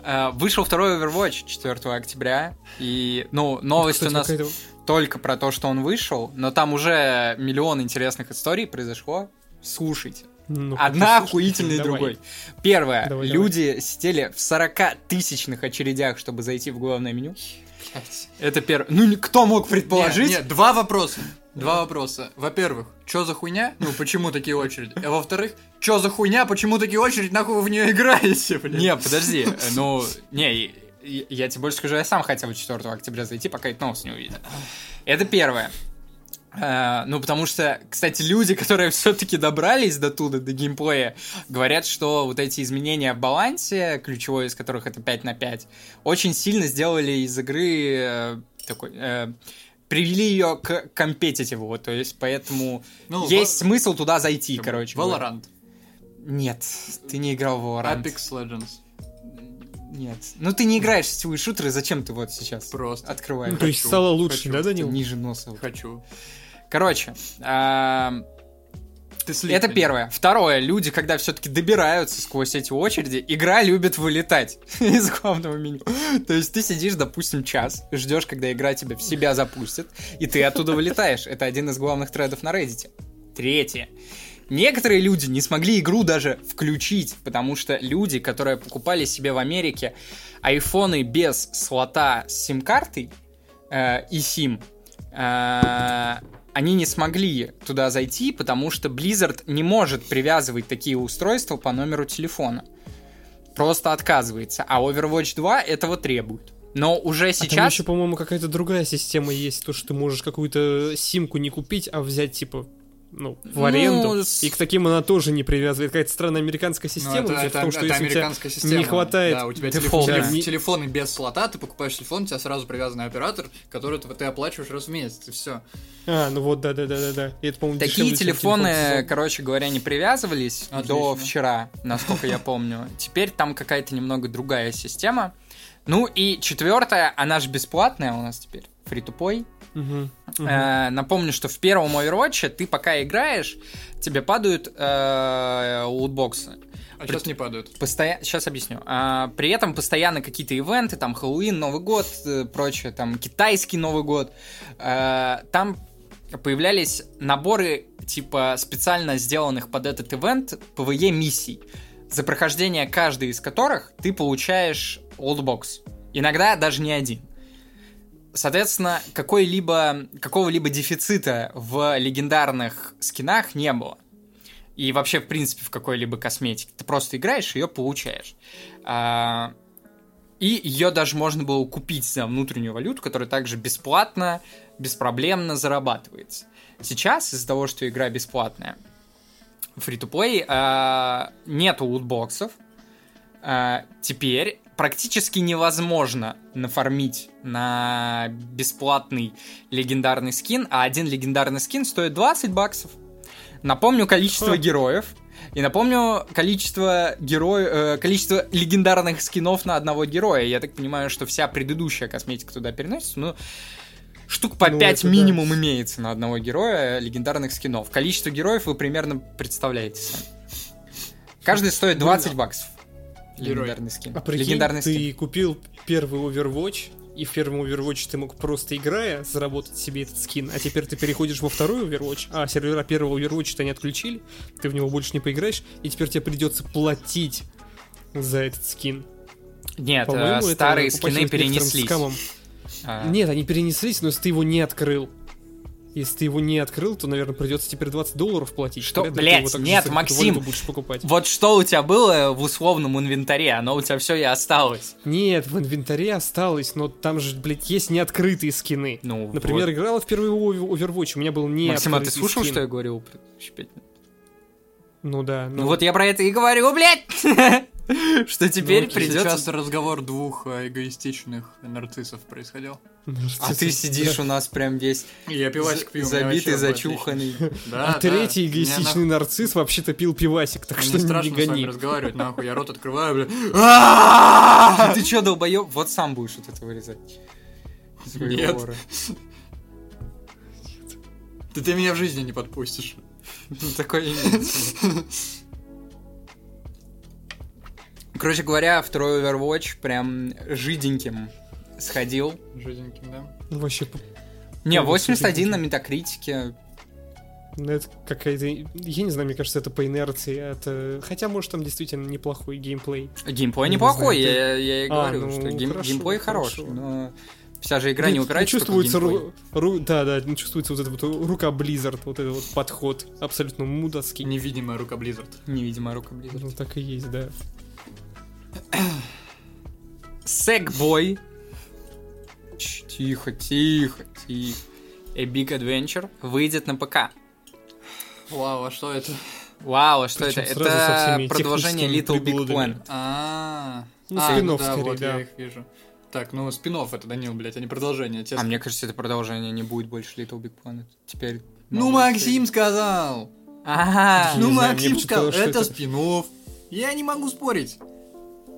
Speaker 1: Э, Вышел второй Overwatch 4 октября. И, ну, новость у
Speaker 2: Кстати,
Speaker 1: нас
Speaker 2: какая-то-
Speaker 1: только про то, что он вышел, но там уже миллион интересных историй произошло. Слушайте.
Speaker 2: Ну,
Speaker 1: Одна
Speaker 2: хочу слушать.
Speaker 1: охуительнее
Speaker 2: Давай.
Speaker 1: другой. Первое.
Speaker 2: Давай,
Speaker 1: люди сидели в 40-тысячных очередях, чтобы зайти в главное меню. Это первое. Ну, ни- кто мог предположить?
Speaker 3: Нет, два вопроса. Два вопроса. Во-первых, что за хуйня? Ну, почему такие очереди? А во-вторых, что за хуйня? Почему такие очереди? Нахуй вы в нее играете, блин?
Speaker 1: Не, подожди. э, Ну, не, и- и- я тебе больше скажу, я сам хотел бы 4 октября зайти, пока эту новость не увидел. Это первое. Э, Ну, потому что, кстати, люди, которые все-таки добрались до туда, до геймплея, говорят, что вот эти изменения в балансе, ключевой из которых это 5 на 5, очень сильно сделали из игры э, такой... э, привели ее к компетитиву, вот, то есть, поэтому
Speaker 3: Ну,
Speaker 1: есть
Speaker 3: Ва-
Speaker 1: смысл туда зайти, короче. говоря.
Speaker 3: Valorant.
Speaker 1: Нет, ты не играл в Valorant.
Speaker 3: Apex Legends.
Speaker 1: Нет. Ну ты не играешь в сетевые шутеры, зачем ты вот сейчас
Speaker 3: Просто
Speaker 1: открываешь?
Speaker 2: Ну, то есть
Speaker 3: Хочу,
Speaker 2: стало лучше,
Speaker 3: хочу.
Speaker 2: да,
Speaker 1: Ты
Speaker 2: Данил?
Speaker 1: Ниже носа.
Speaker 3: хочу.
Speaker 1: Короче, ам,
Speaker 3: Ты слип,
Speaker 1: это
Speaker 3: блин.
Speaker 1: первое. Второе, люди, когда все-таки добираются сквозь эти очереди, игра любит вылетать из главного меню. То есть ты сидишь, допустим, час, ждешь, когда игра тебя в себя запустит, и ты оттуда вылетаешь. Это один из главных тредов на Reddit. Третье. Некоторые люди не смогли игру даже включить, потому что люди, которые покупали себе в Америке айфоны без слота с сим-картой э, и сим, э, они не смогли туда зайти, потому что Blizzard не может привязывать такие устройства по номеру телефона. Просто отказывается. А Overwatch 2 этого требует. Но уже
Speaker 2: А там
Speaker 1: сейчас...
Speaker 2: еще, по-моему, какая-то другая система есть, то, что ты можешь какую-то симку не купить, а взять, типа, ну, в
Speaker 1: Ну,
Speaker 2: аренду.
Speaker 1: с-
Speaker 2: И к таким она тоже не привязывает. Какая-то странная американская
Speaker 3: Ну,
Speaker 2: система. у
Speaker 3: это,
Speaker 2: тебя в
Speaker 3: это-
Speaker 2: том, что
Speaker 3: это
Speaker 2: если у тебя-
Speaker 3: американская система.
Speaker 2: хватает
Speaker 3: Да, у тебя
Speaker 1: дефолт,
Speaker 3: телефон-
Speaker 2: да.
Speaker 3: телеф- телефоны без слота, ты покупаешь телефон, у тебя сразу привязанный оператор, который ты, ты оплачиваешь раз в месяц, и все.
Speaker 2: А, ну вот, да-да-да-да. И это, по-моему,
Speaker 1: Такие
Speaker 2: дешевле, чем
Speaker 1: телефоны,
Speaker 2: телефон.
Speaker 1: короче говоря, не привязывались
Speaker 3: Отлично.
Speaker 1: до вчера, насколько я помню. Теперь там какая-то немного другая система. Ну и четвертая, она же бесплатная у нас теперь, фри тупой.
Speaker 2: Мгм, мгм.
Speaker 1: э, Напомню, что в первом Overwatch ты пока играешь, тебе падают э, лутбоксы.
Speaker 3: А сейчас не падают.
Speaker 1: Сейчас объясню. А, при этом постоянно какие-то ивенты, там Хэллоуин, Новый год, э, прочее, там китайский Новый год. А, там появлялись наборы типа специально сделанных под этот ивент PvE миссий, за прохождение каждой из которых ты получаешь олдбокс. Иногда даже не один. Соответственно, какой-либо, какого-либо дефицита в легендарных скинах не было. И вообще, в принципе, в какой-либо косметике. Ты просто играешь, ее получаешь. А, и ее даже можно было купить за внутреннюю валюту, которая также бесплатно, беспроблемно зарабатывается. Сейчас, из-за того, что игра бесплатная, фри-то-плей, а, нету лутбоксов. А, теперь практически невозможно нафармить на бесплатный легендарный скин, а один легендарный скин стоит 20 баксов. Напомню количество героев. И напомню количество героев, э, количество легендарных скинов на одного героя. Я так понимаю, что вся предыдущая косметика туда переносится, ну штук по
Speaker 2: Ну,
Speaker 1: 5
Speaker 2: это да.
Speaker 1: минимум имеется на одного героя легендарных скинов. Количество героев вы примерно представляете сами. Каждый стоит 20 баксов.
Speaker 3: Герой.
Speaker 1: Легендарный скин.
Speaker 2: А прикинь,
Speaker 1: легендарный
Speaker 2: ты
Speaker 1: скин.
Speaker 2: купил первый Overwatch, и в первом Overwatch ты мог просто играя заработать себе этот скин, а теперь ты переходишь во второй Overwatch, а сервера первого Overwatch то они отключили, ты в него больше не поиграешь, и теперь тебе придется платить за этот скин.
Speaker 1: Нет, э,
Speaker 2: По-моему, это
Speaker 1: старые
Speaker 2: попахивает
Speaker 1: скины
Speaker 2: некоторым
Speaker 1: перенеслись.
Speaker 2: скамом.
Speaker 1: А,
Speaker 2: Нет, они перенеслись, но если ты его не открыл. Если ты его не открыл, то, наверное, придется теперь 20 долларов платить.
Speaker 1: Что?
Speaker 2: Вряд ли ты
Speaker 1: Блядь,
Speaker 2: его так же
Speaker 1: нет,
Speaker 2: за какую-то
Speaker 1: Максим!
Speaker 2: валюту будешь покупать.
Speaker 1: Вот что у тебя было в условном инвентаре, оно у тебя все и осталось.
Speaker 2: Нет, в инвентаре осталось, но там же, блядь, есть неоткрытые скины.
Speaker 1: Ну,
Speaker 2: Например,
Speaker 1: вот.
Speaker 2: играла в первый Ов- Overwatch, у меня был не
Speaker 1: Максим, а ты
Speaker 2: открытый
Speaker 1: слушал,
Speaker 2: скин.
Speaker 1: что я говорил? про щепетильно?
Speaker 2: Ну да,
Speaker 1: Ну вот я про это и говорю, блядь! Что теперь
Speaker 3: Ну, Сейчас
Speaker 1: придется...
Speaker 3: разговор двух э, эгоистичных нарциссов происходил.
Speaker 2: ну,
Speaker 1: А ты сидишь у нас прям весь
Speaker 3: И я пивасик пью. у меня
Speaker 1: забитый,
Speaker 3: вообще было отлично.
Speaker 1: зачуханный.
Speaker 3: Да,
Speaker 2: А
Speaker 3: да.
Speaker 2: третий
Speaker 3: Мне
Speaker 2: эгоистичный нарцисс вообще-то пил пивасик, так
Speaker 3: нах-
Speaker 2: что
Speaker 3: Мне
Speaker 2: не
Speaker 3: страшно с вами
Speaker 2: гони.
Speaker 3: разговаривать, нахуй. Я рот открываю, бля.
Speaker 1: А ты чё, долбоёб? Вот сам будешь вот это вырезать. Из
Speaker 3: Нет.
Speaker 1: вора.
Speaker 3: Да ты меня в жизни не подпустишь.
Speaker 1: Ну, Такое имеется. Короче говоря, второй Overwatch прям жиденьким сходил.
Speaker 3: Жиденьким, да?
Speaker 2: Ну, Вообще, п-
Speaker 1: Не,
Speaker 2: Ой,
Speaker 1: 81 на метакритике.
Speaker 2: ну это какая-то... Я не знаю, мне кажется, это по инерции. Это... Хотя, может, там действительно неплохой геймплей.
Speaker 1: Геймплей
Speaker 2: Ну, Не
Speaker 1: неплохой,
Speaker 2: знаю, ты-
Speaker 1: я, я и
Speaker 2: А,
Speaker 1: говорю,
Speaker 2: ну,
Speaker 1: что гейм-
Speaker 2: хорошо,
Speaker 1: геймплей
Speaker 2: хорошо.
Speaker 1: хороший, но вся же игра не
Speaker 2: Ну,
Speaker 1: упирается только в
Speaker 2: чувствуется
Speaker 1: геймплей.
Speaker 2: ру... ру- Да, да, ну, чувствуется вот эта вот рука Blizzard, вот этот вот подход абсолютно мудацкий.
Speaker 3: Невидимая рука Blizzard.
Speaker 1: Невидимая рука Blizzard.
Speaker 2: Ну так и есть, да.
Speaker 1: Sackboy. Ч, Тихо, тихо, тихо. A Big Adventure выйдет на ПК.
Speaker 3: Вау, а что это?
Speaker 1: Вау, а что
Speaker 2: Причём
Speaker 1: это?
Speaker 2: сразу со
Speaker 1: Это
Speaker 2: всеми
Speaker 1: продолжение
Speaker 2: техническими
Speaker 1: Little Big
Speaker 2: приблудами.
Speaker 1: Planet.
Speaker 3: А,
Speaker 2: Ну,
Speaker 3: а,
Speaker 2: спин-офф
Speaker 3: да,
Speaker 2: скорее,
Speaker 3: вот
Speaker 2: да.
Speaker 3: я их вижу. Так, ну спин это, Данил, блядь, а не продолжение. Те-
Speaker 1: А мне кажется, это продолжение не будет больше Little Big Planet. Теперь...
Speaker 3: Ну,
Speaker 1: новая
Speaker 3: Максим сказал!
Speaker 1: серия. Ага.
Speaker 2: Не знаю,
Speaker 3: Ну,
Speaker 2: мне
Speaker 3: Максим
Speaker 2: почему-то
Speaker 3: сказал,
Speaker 2: казалось, что
Speaker 3: это
Speaker 2: это-
Speaker 3: спин Я не могу спорить.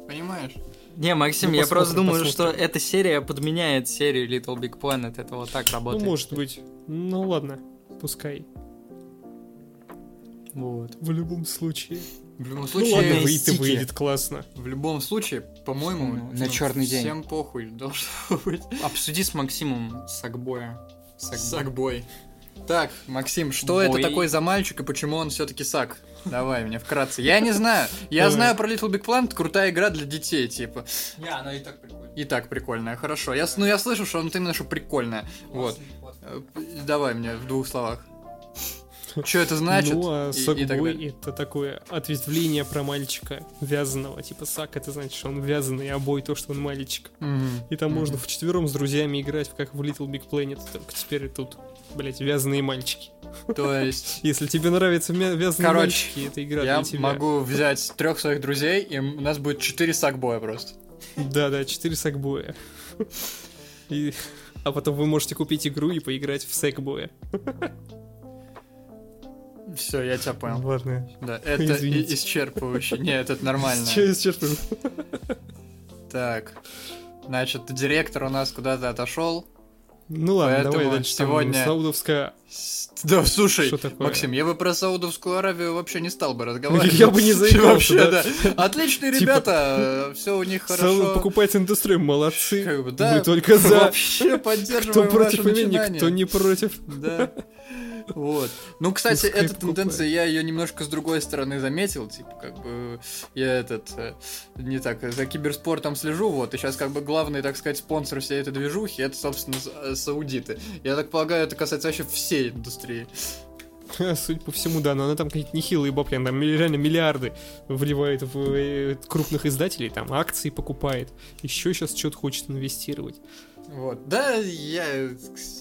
Speaker 3: Понимаешь?
Speaker 1: Не, Максим,
Speaker 2: Ну,
Speaker 1: я
Speaker 2: посмотрим,
Speaker 1: просто думаю,
Speaker 2: посмотрим.
Speaker 1: что эта серия подменяет серию Little Big Planet. Это вот так
Speaker 2: Ну,
Speaker 1: работает.
Speaker 2: может быть. Ну ладно, пускай.
Speaker 1: Вот.
Speaker 2: В любом случае.
Speaker 3: В любом
Speaker 2: Ну
Speaker 3: случае,
Speaker 2: ладно,
Speaker 1: есть
Speaker 2: выйдет и
Speaker 1: стики.
Speaker 2: выйдет классно.
Speaker 3: в любом случае, по-моему,
Speaker 1: Ну, на чёрный день.
Speaker 3: Всем похуй должно быть.
Speaker 1: Обсуди с Максимом Сакбоя.
Speaker 3: Сакбой. Так, Максим, что это
Speaker 1: Бой.
Speaker 3: такой за мальчик и почему он все-таки сак? Давай мне вкратце. Я не знаю. Я
Speaker 2: Давай.
Speaker 3: знаю про Little Big Planet, крутая игра для детей, типа.
Speaker 1: Не, она и так прикольная.
Speaker 3: И так прикольная, хорошо. Я, с- ну, я слышу, что он именно что прикольная. Вот. Э, Давай мне в двух словах. Что это значит?
Speaker 2: ну, а
Speaker 3: И- и
Speaker 2: сакбой
Speaker 3: так далее.
Speaker 2: это такое ответвление про мальчика вязаного. Типа сак это значит, что он вязаный, а бой то, что он мальчик.
Speaker 3: Мгм.
Speaker 2: И там
Speaker 3: Мгм.
Speaker 2: можно вчетвером с друзьями играть, в- как в Little Big Planet, только теперь тут, блять, вязаные мальчики.
Speaker 3: То есть...
Speaker 2: Если тебе нравятся мя- вязаные
Speaker 3: Короче,
Speaker 2: мальчики, это игра
Speaker 3: Я
Speaker 2: для тебя.
Speaker 3: могу взять трех своих друзей, и у нас будет четыре сакбоя просто.
Speaker 2: Да-да, 4 сакбоя. И- А потом вы можете купить игру и поиграть в секбоя.
Speaker 3: Все, я тебя понял.
Speaker 2: Ладно.
Speaker 3: Да, это и-
Speaker 2: Извините.
Speaker 3: исчерпывающе. Нет, это нормально.
Speaker 2: Сейчас, сейчас.
Speaker 3: Так. Значит, директор у нас куда-то отошел.
Speaker 2: Ну ладно,
Speaker 3: Поэтому
Speaker 2: давай дальше. там
Speaker 3: сегодня-
Speaker 2: Саудовская.
Speaker 3: С- Да, слушай,
Speaker 2: Что такое?
Speaker 3: Максим, я бы про Саудовскую Аравию вообще не стал Ну, бы разговаривать.
Speaker 2: Я бы не заикался,
Speaker 3: Вообще, да.
Speaker 2: да.
Speaker 3: Отличные
Speaker 2: Типа-
Speaker 3: ребята, все у них
Speaker 2: Сауд
Speaker 3: хорошо.
Speaker 2: покупать индустрию, молодцы.
Speaker 3: Как бы, да,
Speaker 2: Мы только за.
Speaker 3: Вообще
Speaker 2: Кто
Speaker 3: поддерживаем
Speaker 2: против
Speaker 3: ваше
Speaker 2: имени, кто
Speaker 3: начинание.
Speaker 2: не против.
Speaker 3: Да. Вот. Ну, кстати,
Speaker 2: Пускай
Speaker 3: эта
Speaker 2: покупает.
Speaker 3: тенденция, я ее немножко с другой стороны заметил. Типа, как бы я этот э, не так за киберспортом слежу. Вот, и сейчас, как бы, главный, так сказать, спонсор всей этой движухи это, собственно, с- э, саудиты. Я так полагаю, это касается вообще всей индустрии.
Speaker 2: Ха, Судя по всему, да, но она там какие-то нехилые бабки, она там реально миллиарды вливает в э, крупных издателей, там акции покупает, еще сейчас что-то хочет инвестировать.
Speaker 3: Вот. Да, я э,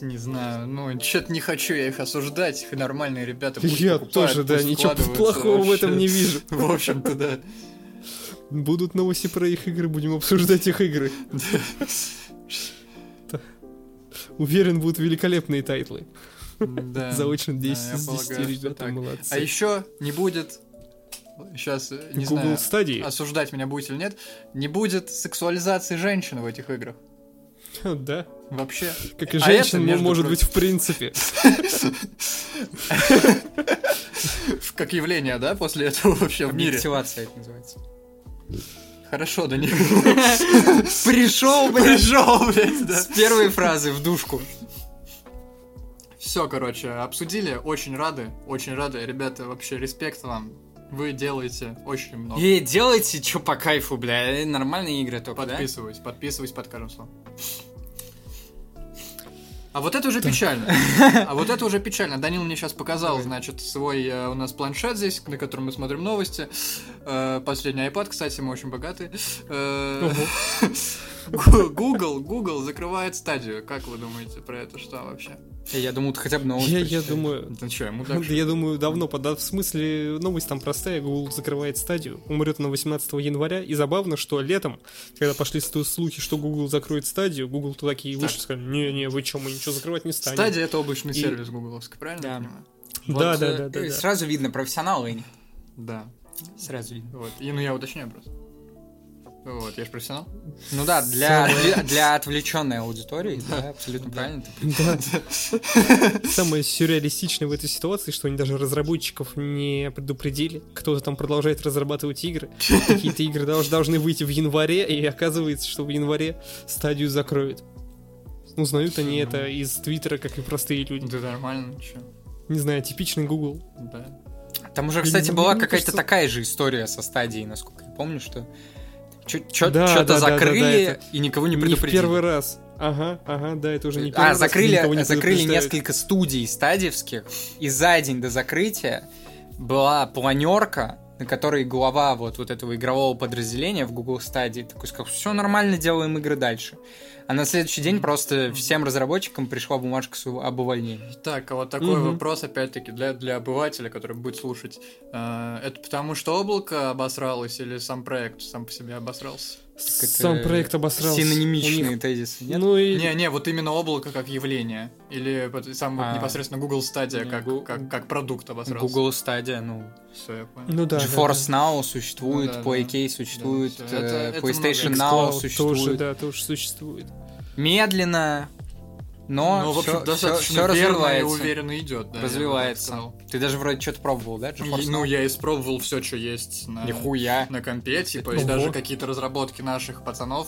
Speaker 3: не знаю. Ну, что-то не хочу я их осуждать. Их нормальные ребята. пусть
Speaker 2: Я
Speaker 3: покупают,
Speaker 2: тоже, да,
Speaker 3: пусть
Speaker 2: ничего
Speaker 3: вкладываются
Speaker 2: плохого в этом
Speaker 3: вообще.
Speaker 2: не вижу.
Speaker 3: В общем-то, да.
Speaker 2: Будут новости про их игры, будем обсуждать их игры. Уверен, будут великолепные тайтлы.
Speaker 3: Да.
Speaker 2: Заочно 10
Speaker 3: я
Speaker 2: из 10
Speaker 3: полагаю, что
Speaker 2: ребята
Speaker 3: так.
Speaker 2: молодцы.
Speaker 3: А еще не будет, сейчас не
Speaker 2: Google
Speaker 3: знаю,
Speaker 2: стадии.
Speaker 3: осуждать меня будете или нет, не будет сексуализации женщин в этих играх. а
Speaker 2: Да.
Speaker 3: Вообще.
Speaker 2: Как и
Speaker 3: А
Speaker 2: женщин,
Speaker 3: это,
Speaker 2: ну,
Speaker 3: между
Speaker 2: может
Speaker 3: прочим.
Speaker 2: быть, в принципе.
Speaker 3: Как явление, да, после этого вообще в мире.
Speaker 1: Объективация это называется.
Speaker 3: Хорошо, да не
Speaker 1: Пришел, блядь,
Speaker 3: пришел, блядь, да.
Speaker 1: с первой фразы в душку.
Speaker 3: Все, короче, обсудили, очень рады, очень рады. Ребята, вообще респект вам. Вы делаете очень много.
Speaker 1: И делайте, что по кайфу, бля. Нормальные игры только, да?
Speaker 3: Подписываюсь, подписываюсь под каждым словом. А вот это уже печально. А вот это уже печально. Данил мне сейчас показал,
Speaker 1: Давай.
Speaker 3: значит, свой э, у нас планшет здесь, на котором мы смотрим новости. Э, Последний iPad, кстати, мы очень богаты. Э,
Speaker 2: Ого.
Speaker 3: Гу- Google, Google закрывает стадию. Как вы думаете про это что вообще?
Speaker 1: Я думал, ты хотя бы новость
Speaker 2: Я, я
Speaker 1: прочитаешь.
Speaker 2: думаю,
Speaker 3: Да что, ему
Speaker 2: Да Я думаю, давно пода... В смысле, новость там простая, Google закрывает стадию. Умрет она 18 января. И забавно, что летом, когда пошли сту- слухи, что Google закроет стадию, Google туда такие
Speaker 3: Так.
Speaker 2: вышли и сказали, не-не, вы что, мы ничего закрывать не станем.
Speaker 3: Стадия это облачный
Speaker 2: И-
Speaker 3: сервис гугловский, правильно
Speaker 1: Да.
Speaker 3: я понимаю?
Speaker 1: Вот,
Speaker 2: Да,
Speaker 1: э,
Speaker 2: да, да, да,
Speaker 1: э,
Speaker 2: да.
Speaker 1: Сразу видно, профессионалы они.
Speaker 3: Да.
Speaker 1: Сразу видно.
Speaker 3: Вот. И, ну я уточняю просто. Вот, я же профессионал.
Speaker 1: Ну да, для, для, для отвлеченной аудитории, да, абсолютно правильно. ты
Speaker 2: Да. Самое сюрреалистичное в этой ситуации, что они даже разработчиков не предупредили. Кто-то там продолжает разрабатывать игры. Какие-то игры долж- должны выйти в январе, и оказывается, что в январе стадию закроют. Узнают они это из Твиттера, как и простые люди.
Speaker 3: Да нормально, че.
Speaker 2: Не знаю, типичный Google.
Speaker 3: Да.
Speaker 1: Там уже,
Speaker 2: Мне-
Speaker 1: кстати,
Speaker 2: мне
Speaker 1: была
Speaker 2: кажется-
Speaker 1: какая-то такая же история со стадией, насколько я помню, что что-то
Speaker 2: Да, да, да, да, да,
Speaker 1: закрыли
Speaker 2: это
Speaker 1: и никого не
Speaker 2: Не, в
Speaker 1: предупредили.
Speaker 2: первый раз. Ага, ага, да, это уже Ну, не первый
Speaker 1: а,
Speaker 2: раз. когда никого
Speaker 1: закрыли,
Speaker 2: не
Speaker 1: закрыли
Speaker 2: предупреждают.
Speaker 1: несколько студий стадиевских, и за день до закрытия была планерка, на которой глава вот, вот этого игрового подразделения в Google Стадии такой сказал, все нормально, делаем игры дальше. А на следующий день просто всем разработчикам пришла бумажка с ув- об увольнении.
Speaker 3: Так, а вот такой
Speaker 2: Мгм.
Speaker 3: вопрос, опять-таки, для, для обывателя, который будет слушать. Э, это потому, что облако обосралось или сам проект сам по себе обосрался?
Speaker 2: Сам
Speaker 1: Это
Speaker 2: проект обосрался.
Speaker 1: Синонимичные
Speaker 2: У них-
Speaker 1: тезисы, э, нет?
Speaker 2: Ну и...
Speaker 3: Не, не, вот именно облако как явление. Или вот сам вот
Speaker 1: А.
Speaker 3: непосредственно Google стадия
Speaker 1: Не,
Speaker 3: как,
Speaker 1: Гу-
Speaker 3: как, как продукт обосрался.
Speaker 1: Google Стадия, ну,
Speaker 3: Все, я понял.
Speaker 2: Ну да. да,
Speaker 1: GeForce Now существует,
Speaker 3: Ну да, да.
Speaker 1: PlayKey существует,
Speaker 3: всё.
Speaker 1: э,
Speaker 3: Это- это
Speaker 2: да.
Speaker 1: PlayStation
Speaker 3: много.
Speaker 1: Now
Speaker 2: Xcloud
Speaker 1: существует.
Speaker 2: Тоже, да, тоже существует.
Speaker 1: Медленно, но,
Speaker 3: Ну, в общем,
Speaker 1: всё-
Speaker 3: достаточно
Speaker 1: всё- всё
Speaker 3: верно и
Speaker 1: развивается.
Speaker 3: уверенно идет. Да, я бы так
Speaker 1: развивается.
Speaker 3: сказал.
Speaker 1: Ты даже вроде что-то пробовал, да, GeForce
Speaker 3: И-
Speaker 1: Now?
Speaker 3: Ну, я испробовал все, что есть на,
Speaker 1: Нихуя.
Speaker 3: на компе, типа, и
Speaker 2: Ого.
Speaker 3: даже какие-то разработки наших пацанов,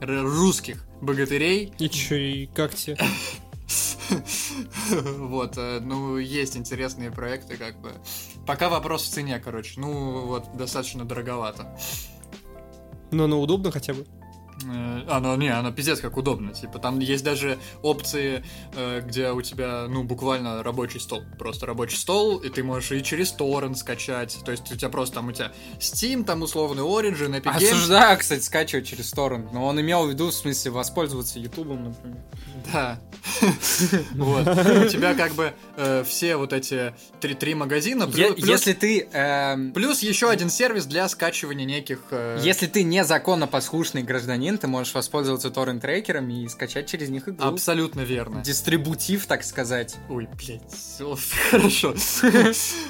Speaker 3: р- русских богатырей.
Speaker 2: И чё, и как тебе?
Speaker 3: Вот, э, ну, есть интересные проекты, как бы. Пока вопрос в цене, короче. Ну, вот, достаточно дороговато.
Speaker 2: Ну оно удобно хотя бы?
Speaker 3: Э, А, ну, не, оно пиздец как удобно. Типа, там есть даже опции, э, где у тебя, ну, буквально рабочий стол. Просто рабочий стол, и ты можешь и через торрент скачать. То есть у тебя просто там у тебя Steam, там условный Origin,
Speaker 1: А,
Speaker 3: Epic Games.
Speaker 1: Осуждаю, кстати, скачивать через торрент, но он имел в виду, в смысле, воспользоваться Ютубом, например.
Speaker 3: Да. Вот. У тебя как бы э, все вот эти три три магазина. плю-
Speaker 1: Е-
Speaker 3: плюс-
Speaker 1: Если ты... эм,
Speaker 3: Плюс еще один сервис для скачивания неких... э,
Speaker 1: Если ты незаконно послушный гражданин, ты можешь воспользоваться торрент-трекерами и скачать через них игру.
Speaker 3: Абсолютно верно.
Speaker 1: Дистрибутив, так сказать.
Speaker 3: Ой, блядь, всё, хорошо.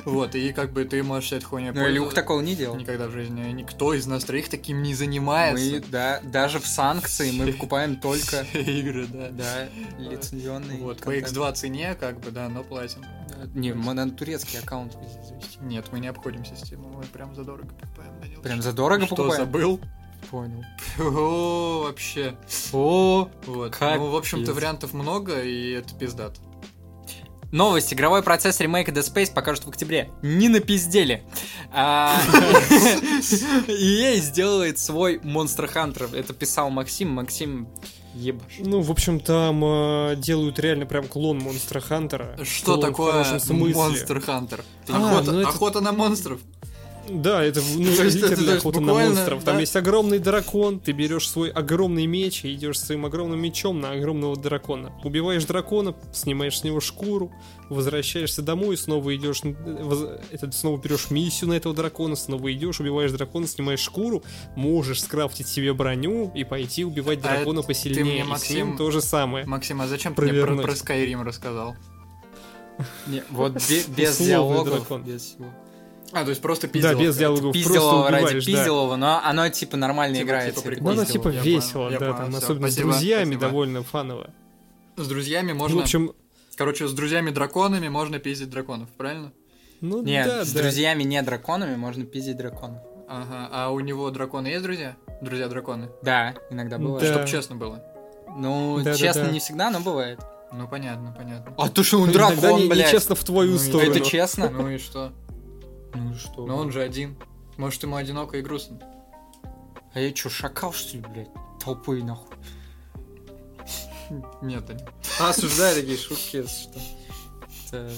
Speaker 3: Вот, и как бы ты можешь этой хуйней
Speaker 1: Ну, Илюх
Speaker 3: пользоваться.
Speaker 1: такого не делал.
Speaker 3: Никогда в жизни никто из нас троих таким не
Speaker 1: Мы,
Speaker 3: занимается.
Speaker 1: да, даже в санкции мы покупаем только,
Speaker 3: Все игры, да.
Speaker 1: да, лицензионные.
Speaker 3: Вот, по
Speaker 1: контент.
Speaker 3: X2 цене, как бы, да, но платим.
Speaker 1: Да, Не, мы надо турецкий аккаунт везде завести.
Speaker 3: Нет, мы не обходим систему, мы прям задорого покупаем, Данил.
Speaker 1: Прям задорого
Speaker 3: Что
Speaker 1: покупаем?
Speaker 3: забыл?
Speaker 1: Понял.
Speaker 3: О, вообще.
Speaker 1: О,
Speaker 3: Вот.
Speaker 1: Капец.
Speaker 3: Ну, в общем-то, вариантов много, и это пиздато.
Speaker 1: Новость. Игровой процесс ремейка Dead Space покажут в октябре. Не напиздели. А, EA сделает свой Monster Hunter. Это писал Максим. Максим, ебаш.
Speaker 2: Ну, в общем, там э, делают реально прям клон Монстра Хантера.
Speaker 3: Что
Speaker 2: Клон в
Speaker 3: такое
Speaker 2: хорошем смысле.
Speaker 3: Monster Hunter?
Speaker 2: А,
Speaker 3: Охота-
Speaker 2: ну это-
Speaker 3: Охота на монстров.
Speaker 2: Да, это в- ну,
Speaker 3: То есть это, то
Speaker 2: литерально
Speaker 3: есть
Speaker 2: охота на
Speaker 3: буквально,
Speaker 2: монстров. Там
Speaker 3: да?
Speaker 2: есть огромный дракон, ты берешь свой огромный меч и идешь своим огромным мечом на огромного дракона. Убиваешь дракона, снимаешь с него шкуру, возвращаешься домой, снова идешь, н- воз- этот, снова берешь миссию на этого дракона, снова идешь, убиваешь дракона, снимаешь шкуру, можешь скрафтить себе броню и пойти убивать
Speaker 3: А
Speaker 2: дракона
Speaker 3: это ты
Speaker 2: посильнее.
Speaker 3: мне,
Speaker 2: И с ним
Speaker 3: Максим,
Speaker 2: то же самое.
Speaker 3: Максим, а зачем ты мне про,
Speaker 2: Провернуть.
Speaker 3: про Skyrim рассказал?
Speaker 1: Не, вот бе- без
Speaker 2: Условный
Speaker 1: диалогов.
Speaker 2: дракон.
Speaker 1: Без всего.
Speaker 3: А, то есть просто
Speaker 2: Да,
Speaker 3: пиздиловка.
Speaker 2: без диалогов. Просто
Speaker 1: Пизделово ради
Speaker 2: убиваешь, да.
Speaker 1: пизделова, но оно типа нормально
Speaker 3: Типа-
Speaker 1: играется.
Speaker 3: типа
Speaker 1: это
Speaker 2: Ну,
Speaker 3: прикольно.
Speaker 2: оно
Speaker 1: пизделово.
Speaker 2: типа
Speaker 3: Я понял,
Speaker 2: весело,
Speaker 3: я
Speaker 2: да,
Speaker 3: понял,
Speaker 2: там
Speaker 3: всё,
Speaker 2: особенно
Speaker 3: спасибо,
Speaker 2: с друзьями
Speaker 3: спасибо.
Speaker 2: довольно фаново.
Speaker 3: С друзьями
Speaker 2: Ну,
Speaker 3: можно...
Speaker 2: в общем,
Speaker 3: Короче, с друзьями-драконами можно пиздить драконов, правильно?
Speaker 2: ну
Speaker 1: Нет,
Speaker 2: да,
Speaker 1: с
Speaker 2: да.
Speaker 1: друзьями не драконами можно пиздить драконов.
Speaker 3: Ага, а у него драконы есть друзья? Друзья-драконы?
Speaker 1: Да, иногда бывает.
Speaker 2: Да.
Speaker 3: Чтоб честно было.
Speaker 1: Ну,
Speaker 2: Да-да-да.
Speaker 1: честно, не всегда, но бывает.
Speaker 3: Ну, понятно, понятно.
Speaker 1: А то, что он
Speaker 2: Ну, Иногда не-
Speaker 1: дракон, блядь.
Speaker 2: нечестно в твою
Speaker 3: Ну, это
Speaker 2: сторону.
Speaker 1: Это честно?
Speaker 3: Ну и что?
Speaker 1: Ну что?
Speaker 3: Но он же один. Может, ему одиноко и грустно.
Speaker 1: А я чё, шакал, что ли, блядь? Толпой нахуй.
Speaker 3: Нет, Даня.
Speaker 1: А осуждаю такие шутки, если что. Это...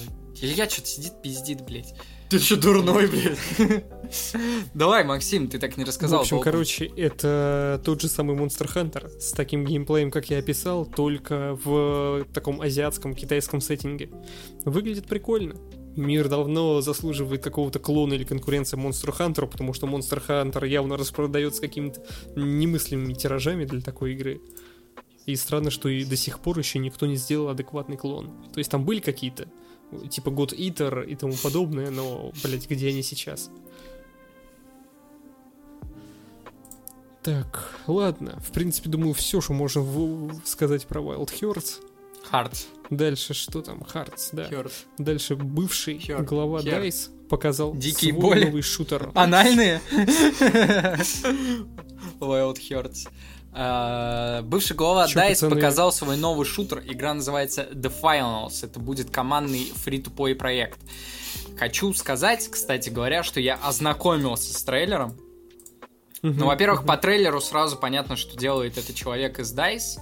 Speaker 1: Илья что-то сидит, пиздит, блядь.
Speaker 3: Ты что, дурной, блядь?
Speaker 1: Давай, Максим, ты так не рассказал.
Speaker 2: в общем,
Speaker 1: толком.
Speaker 2: короче, это тот же самый Monster Hunter с таким геймплеем, как я описал, только в таком азиатском, китайском сеттинге. Выглядит прикольно. Мир давно заслуживает какого-то клона или конкуренции Monster Hunter, потому что Monster Hunter явно распродается какими-то немыслимыми тиражами для такой игры. И странно, что и до сих пор еще никто не сделал адекватный клон. То есть там были какие-то, типа God Eater и тому подобное, но, блять, где они сейчас? Так, ладно. В принципе, думаю, все, что можно в- сказать про Wild Hearts.
Speaker 1: Хард.
Speaker 2: Дальше что там? Hearts, да.
Speaker 3: Хёрт.
Speaker 2: Дальше бывший
Speaker 3: Heart.
Speaker 2: глава
Speaker 3: Heart.
Speaker 2: DICE показал
Speaker 1: Дикие
Speaker 2: свой
Speaker 1: боли. А,
Speaker 2: новый шутер.
Speaker 1: Анальные? Wild Hearts. А, Бывший глава
Speaker 2: Чё,
Speaker 1: DICE
Speaker 2: пацаны?
Speaker 1: показал свой новый шутер. Игра называется The Finals. Это будет командный фри-тупой проект. Хочу сказать, кстати говоря, что я ознакомился с трейлером.
Speaker 2: Мгм.
Speaker 1: Ну, во-первых, по трейлеру сразу понятно, что делает это человек из DICE.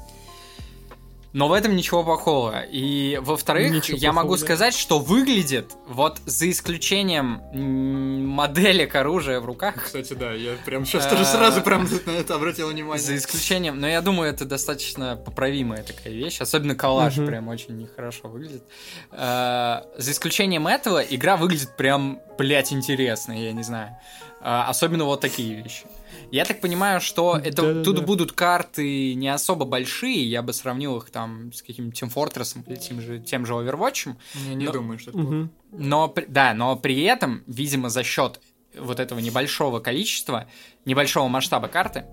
Speaker 1: Но в этом ничего плохого. И во-вторых,
Speaker 2: Ничего
Speaker 1: я могу
Speaker 2: плохого, да.
Speaker 1: сказать, что выглядит, вот за исключением м, моделек оружия в руках,
Speaker 3: Кстати, да, я прям сейчас
Speaker 1: А.
Speaker 3: тоже сразу прям на это обратил
Speaker 1: за
Speaker 3: внимание.
Speaker 1: исключением, но я думаю, это достаточно поправимая такая вещь, особенно коллаж
Speaker 2: Мгм.
Speaker 1: прям очень нехорошо выглядит. Э, За исключением этого, игра выглядит прям, блядь, интересно, я не знаю. Э, Особенно вот такие вещи. Я так понимаю, что это
Speaker 2: Да-да-да.
Speaker 1: тут будут карты не особо большие, я бы сравнил их там с каким-то Team Fortress или тем же, тем же Overwatch,
Speaker 3: Не, не
Speaker 1: Но-
Speaker 3: думаю, что это плохо.
Speaker 2: Мгм.
Speaker 1: но, при- да, но при этом, видимо, за счет вот этого небольшого количества, небольшого масштаба карты,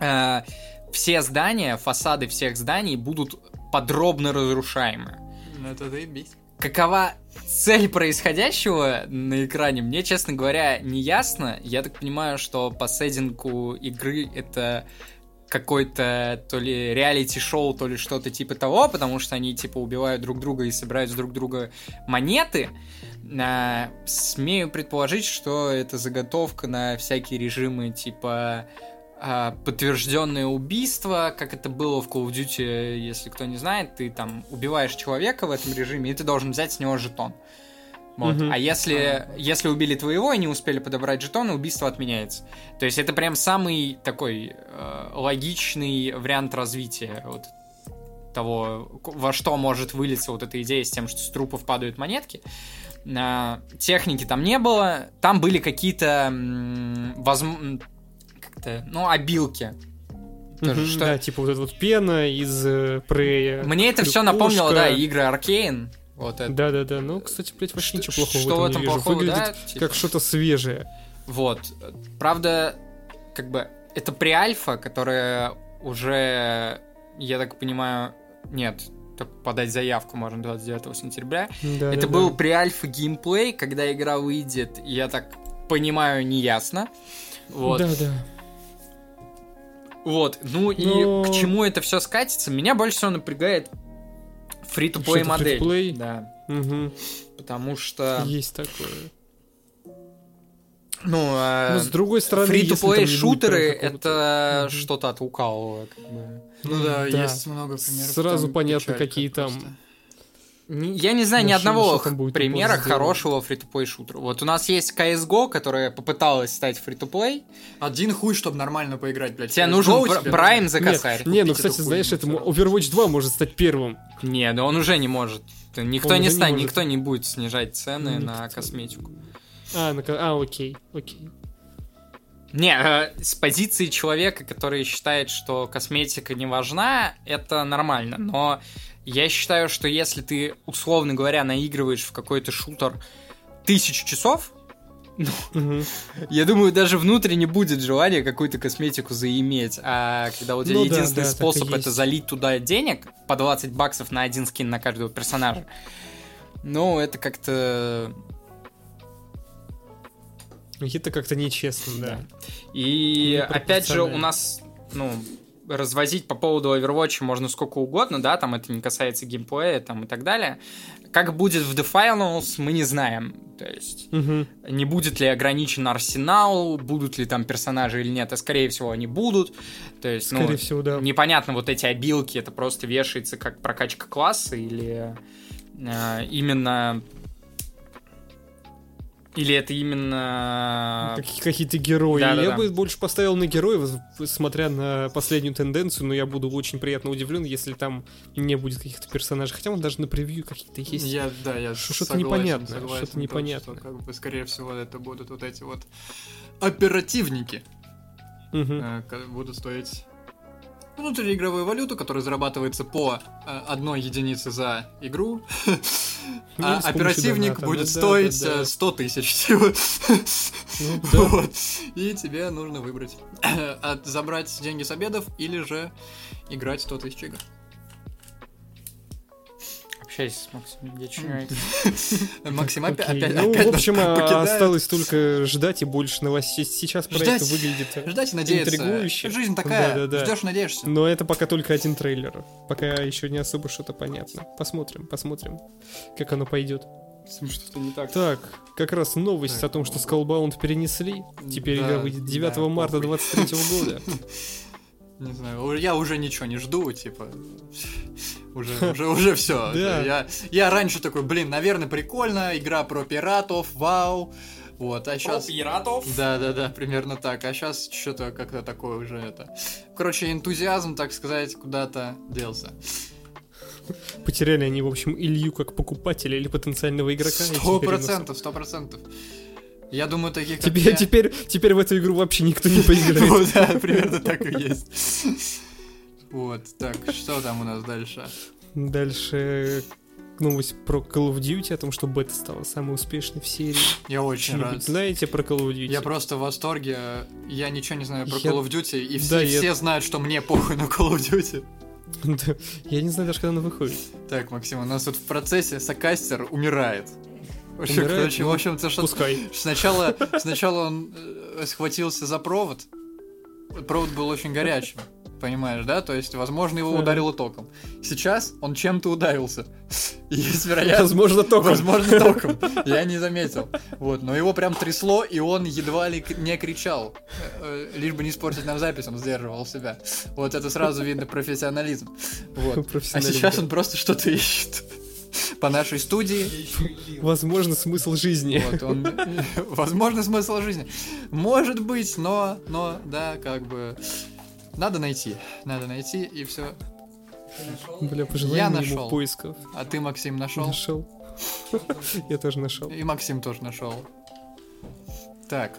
Speaker 1: э, все здания, фасады всех зданий будут подробно разрушаемы.
Speaker 3: Ну, Это заебись.
Speaker 1: Какова цель происходящего на экране, мне, честно говоря, не ясно. Я так понимаю, что по сейдингу игры это какой-то то ли реалити-шоу, то ли что-то типа того, потому что они типа убивают друг друга и собирают с друг друга монеты. А, смею предположить, что это заготовка на всякие режимы типа а, подтвержденное убийство, как это было в Call of Duty, если кто не знает, ты там убиваешь человека в этом режиме, и ты должен взять с него жетон. Вот.
Speaker 2: Мгм.
Speaker 1: А если, если убили твоего и не успели подобрать жетон, убийство отменяется. То есть это прям самый такой э, логичный вариант развития вот того, к- во что может вылиться вот эта идея с тем, что с трупов падают монетки. А, Техники там не было, там были какие-то м, возм- м, как-то, ну, обилки. Тоже,
Speaker 2: Мгм,
Speaker 1: что-
Speaker 2: Да, типа вот эта вот пена из э, Прея.
Speaker 1: Мне это все
Speaker 2: Прикушка.
Speaker 1: напомнило, да, игры Аркейн. Вот это.
Speaker 2: Да-да-да, ну, кстати, блять, вообще
Speaker 1: Что-
Speaker 2: ничего плохого
Speaker 1: что в
Speaker 2: в этом
Speaker 1: этом
Speaker 2: не вижу.
Speaker 1: плохого,
Speaker 2: Выглядит
Speaker 1: да? Типа.
Speaker 2: как что-то свежее.
Speaker 1: Вот. Правда, как бы это преальфа, которая уже, я так понимаю, нет, только подать заявку можно 29 сентября.
Speaker 2: Да,
Speaker 1: это
Speaker 2: да, да.
Speaker 1: был преальфа геймплей, когда игра выйдет, я так понимаю, неясно. Вот.
Speaker 2: Да-да.
Speaker 1: Вот. Ну и
Speaker 2: Но-
Speaker 1: к чему это все скатится? Меня больше всего напрягает фри-то-плей
Speaker 2: Что-то
Speaker 1: модель.
Speaker 2: free-to-play?
Speaker 1: Да.
Speaker 2: Мгм.
Speaker 1: Потому что.
Speaker 2: Есть такое.
Speaker 1: Ну, э,
Speaker 2: Но с другой стороны, если там
Speaker 1: Фри-то-плей
Speaker 2: не будет
Speaker 1: шутеры
Speaker 2: прям какого-то-
Speaker 1: это
Speaker 2: Мгм.
Speaker 1: что-то от лукавого, как бы.
Speaker 3: Ну да,
Speaker 2: Да.
Speaker 3: есть много примеров.
Speaker 2: Сразу
Speaker 3: там
Speaker 2: понятно,
Speaker 3: печалька
Speaker 2: какие там
Speaker 3: просто.
Speaker 1: Не- Я не знаю ни
Speaker 2: Машина,
Speaker 1: одного
Speaker 2: что там будет
Speaker 1: примера
Speaker 2: упор сделано.
Speaker 1: хорошего фри-то-плей шутера. Вот у нас есть CSGO, которая попыталась стать фри-то-плей.
Speaker 3: Один хуй, чтобы нормально поиграть, блядь.
Speaker 1: Тебе
Speaker 3: Go
Speaker 1: нужен
Speaker 3: у
Speaker 1: пр-
Speaker 3: тебя
Speaker 1: Прайм
Speaker 3: нужен.
Speaker 1: за
Speaker 2: Нет,
Speaker 1: косарь.
Speaker 2: Не, ну,
Speaker 3: Купить
Speaker 2: кстати,
Speaker 3: эту
Speaker 2: знаешь, это
Speaker 3: хуйню,
Speaker 2: м- Overwatch 2 может стать первым.
Speaker 1: Не, да он уже не может. Ты- Никто
Speaker 2: Он
Speaker 1: не
Speaker 2: уже не
Speaker 1: станет,
Speaker 2: может. Ну,
Speaker 1: никто не будет снижать цены на
Speaker 2: Никто.
Speaker 1: косметику.
Speaker 2: А, ну, а, окей, окей.
Speaker 1: Не, э, с позиции человека, который считает, что косметика не важна, это нормально. Но Я считаю, что если ты, условно говоря, наигрываешь в какой-то шутер тысячу часов,
Speaker 2: Мгм.
Speaker 1: я думаю, даже внутренне будет желание какую-то косметику заиметь. А когда у тебя
Speaker 2: Ну да,
Speaker 1: единственный
Speaker 2: да, так и
Speaker 1: способ это
Speaker 2: есть.
Speaker 1: залить туда денег по 20 баксов на один скин на каждого персонажа, ну, это как-то...
Speaker 2: Это Ну, как-то нечестно, да.
Speaker 1: И
Speaker 2: Не
Speaker 1: опять же, у
Speaker 2: Ну, пропорционально.
Speaker 1: нас, ну, развозить по поводу Overwatch можно сколько угодно, да, там это не касается геймплея там и так далее. Как будет в The Finals, мы не знаем. То есть,
Speaker 3: Ну,
Speaker 2: Мгм.
Speaker 1: не будет ли ограничен арсенал, будут ли там персонажи или нет, а скорее всего они будут. То есть,
Speaker 2: Скорее
Speaker 1: ну,
Speaker 2: всего, да.
Speaker 1: непонятно вот эти обилки, это просто вешается как прокачка класса или э, именно... Или это
Speaker 3: а,
Speaker 1: именно...
Speaker 2: Какие- Какие-то герои.
Speaker 1: Да-да-да.
Speaker 2: я бы больше поставил на героев, в- смотря на последнюю тенденцию, но я буду очень приятно удивлен, если там не будет каких-то персонажей. Хотя он даже на превью какие-то есть.
Speaker 3: Я, да, я
Speaker 2: Ш- что-то
Speaker 3: согласен,
Speaker 2: непонятное,
Speaker 3: согласен
Speaker 2: что-то
Speaker 3: в том,
Speaker 2: непонятное.
Speaker 3: что, как бы, скорее всего, это будут вот эти вот оперативники,
Speaker 2: Мгм.
Speaker 3: э, ко- будут стоить внутриигровую валюту, которая зарабатывается по э, одной единице за игру.
Speaker 2: Ну,
Speaker 3: А
Speaker 2: или с помощью доната.
Speaker 3: оперативник
Speaker 2: Ну,
Speaker 3: будет
Speaker 2: Да-да-да-да.
Speaker 3: стоить э, 100 тысяч всего.
Speaker 2: Ну, да.
Speaker 3: Вот. И тебе нужно выбрать, э, от- забрать деньги с обедов или же играть 100 тысяч игр.
Speaker 1: Общайся с Максимом Дьяченко.
Speaker 3: Максим опя-
Speaker 2: Окей.
Speaker 3: опять
Speaker 2: Ну, в
Speaker 3: опять нас
Speaker 2: общем, а,
Speaker 3: покидает.
Speaker 2: осталось только ждать и больше новостей. Сейчас проект
Speaker 3: Ждать.
Speaker 2: выглядит...
Speaker 3: Ждать и надеяться.
Speaker 2: Интригующе.
Speaker 3: Жизнь такая.
Speaker 2: Да-да-да.
Speaker 3: Ждешь, надеешься.
Speaker 2: Но это пока только один трейлер. Пока еще не особо что-то понятно. Посмотрим, посмотрим, как оно пойдет.
Speaker 1: Что-то не так.
Speaker 2: Так, как раз новость
Speaker 3: Так.
Speaker 2: о том, что Skullbound перенесли. Теперь
Speaker 3: Да,
Speaker 2: игра выйдет 9
Speaker 3: да,
Speaker 2: марта
Speaker 3: похуй.
Speaker 2: 2023 года.
Speaker 3: Не знаю, у- я уже ничего не жду, типа. Уже, уже, уже все.
Speaker 2: Да.
Speaker 3: Я, я раньше такой, блин, наверное, прикольно, игра про пиратов, вау. Вот, а сейчас... Да, да, да, примерно так. А сейчас что-то как-то такое уже это. Короче, энтузиазм, так сказать, куда-то делся.
Speaker 2: Потеряли они, в общем, Илью как покупателя или потенциального игрока. и
Speaker 3: Сто
Speaker 2: теперь у нас-
Speaker 3: процентов, сто процентов. Я думаю, таких как
Speaker 2: Теперь,
Speaker 3: я-
Speaker 2: теперь, теперь в эту игру вообще никто не поиграет.
Speaker 3: Ну да, примерно так и есть. Вот, так, что там у нас дальше?
Speaker 2: Дальше новость про Call of Duty, о том, что бета стала самой успешной в серии.
Speaker 3: Я очень
Speaker 2: Что-нибудь
Speaker 3: рад.
Speaker 2: знаете про Call of Duty?
Speaker 3: Я просто в восторге. Я ничего не знаю про
Speaker 2: Я-
Speaker 3: Call of Duty, и все,
Speaker 2: Да,
Speaker 3: и
Speaker 2: я-
Speaker 3: все знают, что мне похуй на Call of Duty.
Speaker 2: Да. Я не знаю даже, когда она выходит.
Speaker 3: Так, Максим, у нас тут в процессе сокастер умирает. В общем,
Speaker 2: Умирает,
Speaker 3: короче, в
Speaker 2: ну,
Speaker 3: общем-то, что
Speaker 2: Пускай.
Speaker 3: сначала, сначала он э, схватился за провод. Провод был очень горячим, понимаешь, да? То есть, возможно, его
Speaker 2: Ага.
Speaker 3: ударило током. Сейчас он чем-то ударился. И есть вероятность,
Speaker 2: Возможно, только.
Speaker 3: Возможно, током. Я не заметил. Вот, но его прям трясло, и он едва ли к- не кричал. Э, э, Лишь бы не испортить нам запись, он сдерживал себя. Вот это сразу видно профессионализм. Вот. А
Speaker 2: Профессионализм,
Speaker 3: сейчас
Speaker 2: да.
Speaker 3: он просто что-то ищет. По нашей студии.
Speaker 2: Возможно, смысл жизни.
Speaker 3: Вот, он... Возможно, смысл жизни. Может быть, но, но, да, как бы... Надо найти. Надо найти, и все.
Speaker 2: Бля, пожелаем
Speaker 3: Я
Speaker 2: ему
Speaker 3: нашёл.
Speaker 2: поисков.
Speaker 3: А ты, Максим, нашел?
Speaker 2: Нашел. Я тоже нашел.
Speaker 3: И Максим тоже нашел. Так.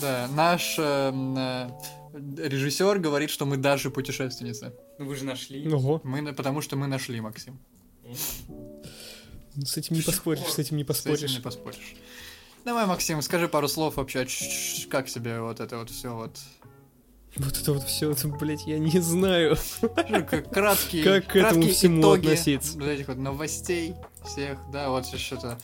Speaker 3: Да, наш эм, э, режиссер говорит, что мы даже путешественницы.
Speaker 1: Ну вы же нашли.
Speaker 2: Ого,
Speaker 3: Мы, на- потому что мы нашли, Максим.
Speaker 2: ну с этим не поспоришь, с этим не
Speaker 3: С этим
Speaker 2: поспоришь.
Speaker 3: не поспоришь. Давай, Максим, скажи пару слов вообще, ч- ч- как тебе вот это вот все вот.
Speaker 2: Вот это вот все, это, блядь, я не знаю.
Speaker 3: Ну, Как краткие,
Speaker 2: Как к этому
Speaker 3: краткие
Speaker 2: всему
Speaker 3: итоги
Speaker 2: относиться?
Speaker 3: Вот этих вот новостей всех, да, вот что-то.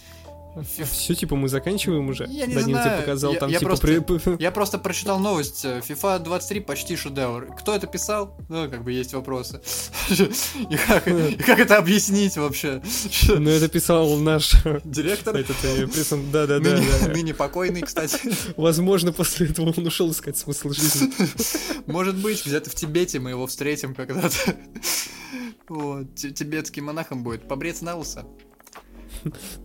Speaker 2: Все, типа, мы заканчиваем уже.
Speaker 3: Я не
Speaker 2: Данил,
Speaker 3: знаю,
Speaker 2: ты показал
Speaker 3: я-
Speaker 2: там,
Speaker 3: я
Speaker 2: типа,
Speaker 3: просто-
Speaker 2: при- п-
Speaker 3: Я просто прочитал новость. э, FIFA 23 почти шедевр. Кто это писал? Ну, как бы есть вопросы. И как, и как это объяснить вообще?
Speaker 2: Ну, это писал наш...
Speaker 3: Директор?
Speaker 2: Этот, э, пресом- да-да-да.
Speaker 3: ныне,
Speaker 2: да.
Speaker 3: ныне покойный, кстати.
Speaker 2: Возможно, после этого он ушел искать смысл жизни.
Speaker 3: Может быть, где-то в Тибете мы его встретим когда-то. Вот, ти- тибетским монахом будет. Побрец на уса.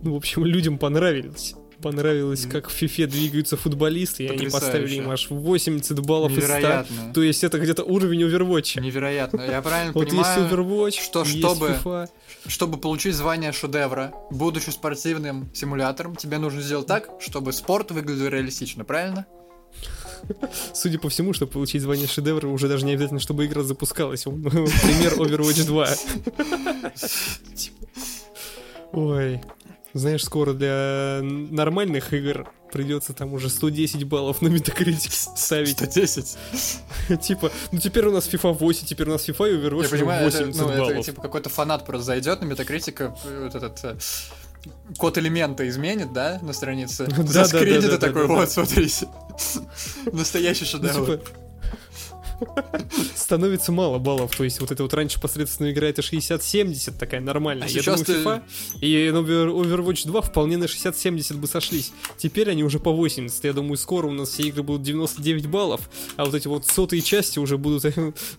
Speaker 2: Ну, в общем, людям понравилось. Понравилось,
Speaker 3: Мгм.
Speaker 2: как в фифе двигаются футболисты, и они
Speaker 3: Потрясающе.
Speaker 2: поставили им аж 80 баллов из 100.
Speaker 3: Невероятно.
Speaker 2: То есть это где-то уровень Overwatch.
Speaker 3: Невероятно. Я правильно
Speaker 2: Вот есть
Speaker 3: понимаю,
Speaker 2: Overwatch,
Speaker 3: что
Speaker 2: есть
Speaker 3: чтобы-
Speaker 2: FIFA.
Speaker 3: чтобы получить звание шедевра, будучи спортивным симулятором, тебе нужно сделать так, чтобы спорт выглядел реалистично, правильно?
Speaker 2: Судя по всему, чтобы получить звание шедевра, уже даже не обязательно, чтобы игра запускалась. Он, Пример Overwatch 2. Типа. Ой. Знаешь, скоро для нормальных игр придется там уже 110 баллов на метакритике ставить.
Speaker 3: 110.
Speaker 2: Типа, ну теперь у нас FIFA 8, теперь у нас FIFA и
Speaker 3: Я
Speaker 2: Overwatch уже
Speaker 3: понимаю, это,
Speaker 2: 80
Speaker 3: ну, это
Speaker 2: баллов.
Speaker 3: типа какой-то фанат просто зайдет на метакритика, вот этот э, код элемента изменит, да, на странице.
Speaker 2: Да, да,
Speaker 3: За
Speaker 2: да, да,
Speaker 3: кредиты
Speaker 2: да,
Speaker 3: такой,
Speaker 2: да, да.
Speaker 3: вот, смотрите. Настоящий
Speaker 2: Ну,
Speaker 3: шедевр.
Speaker 2: типа, становится мало баллов. То есть вот это вот раньше посредственная игра это 60-70 такая нормальная.
Speaker 3: А
Speaker 2: Я
Speaker 3: сейчас
Speaker 2: думаю,
Speaker 3: ты-
Speaker 2: FIFA и Over- Overwatch 2 вполне на 60-70 бы сошлись. Теперь они уже по 80. Я думаю, скоро у нас все игры будут 99 баллов, а вот эти вот сотые части уже будут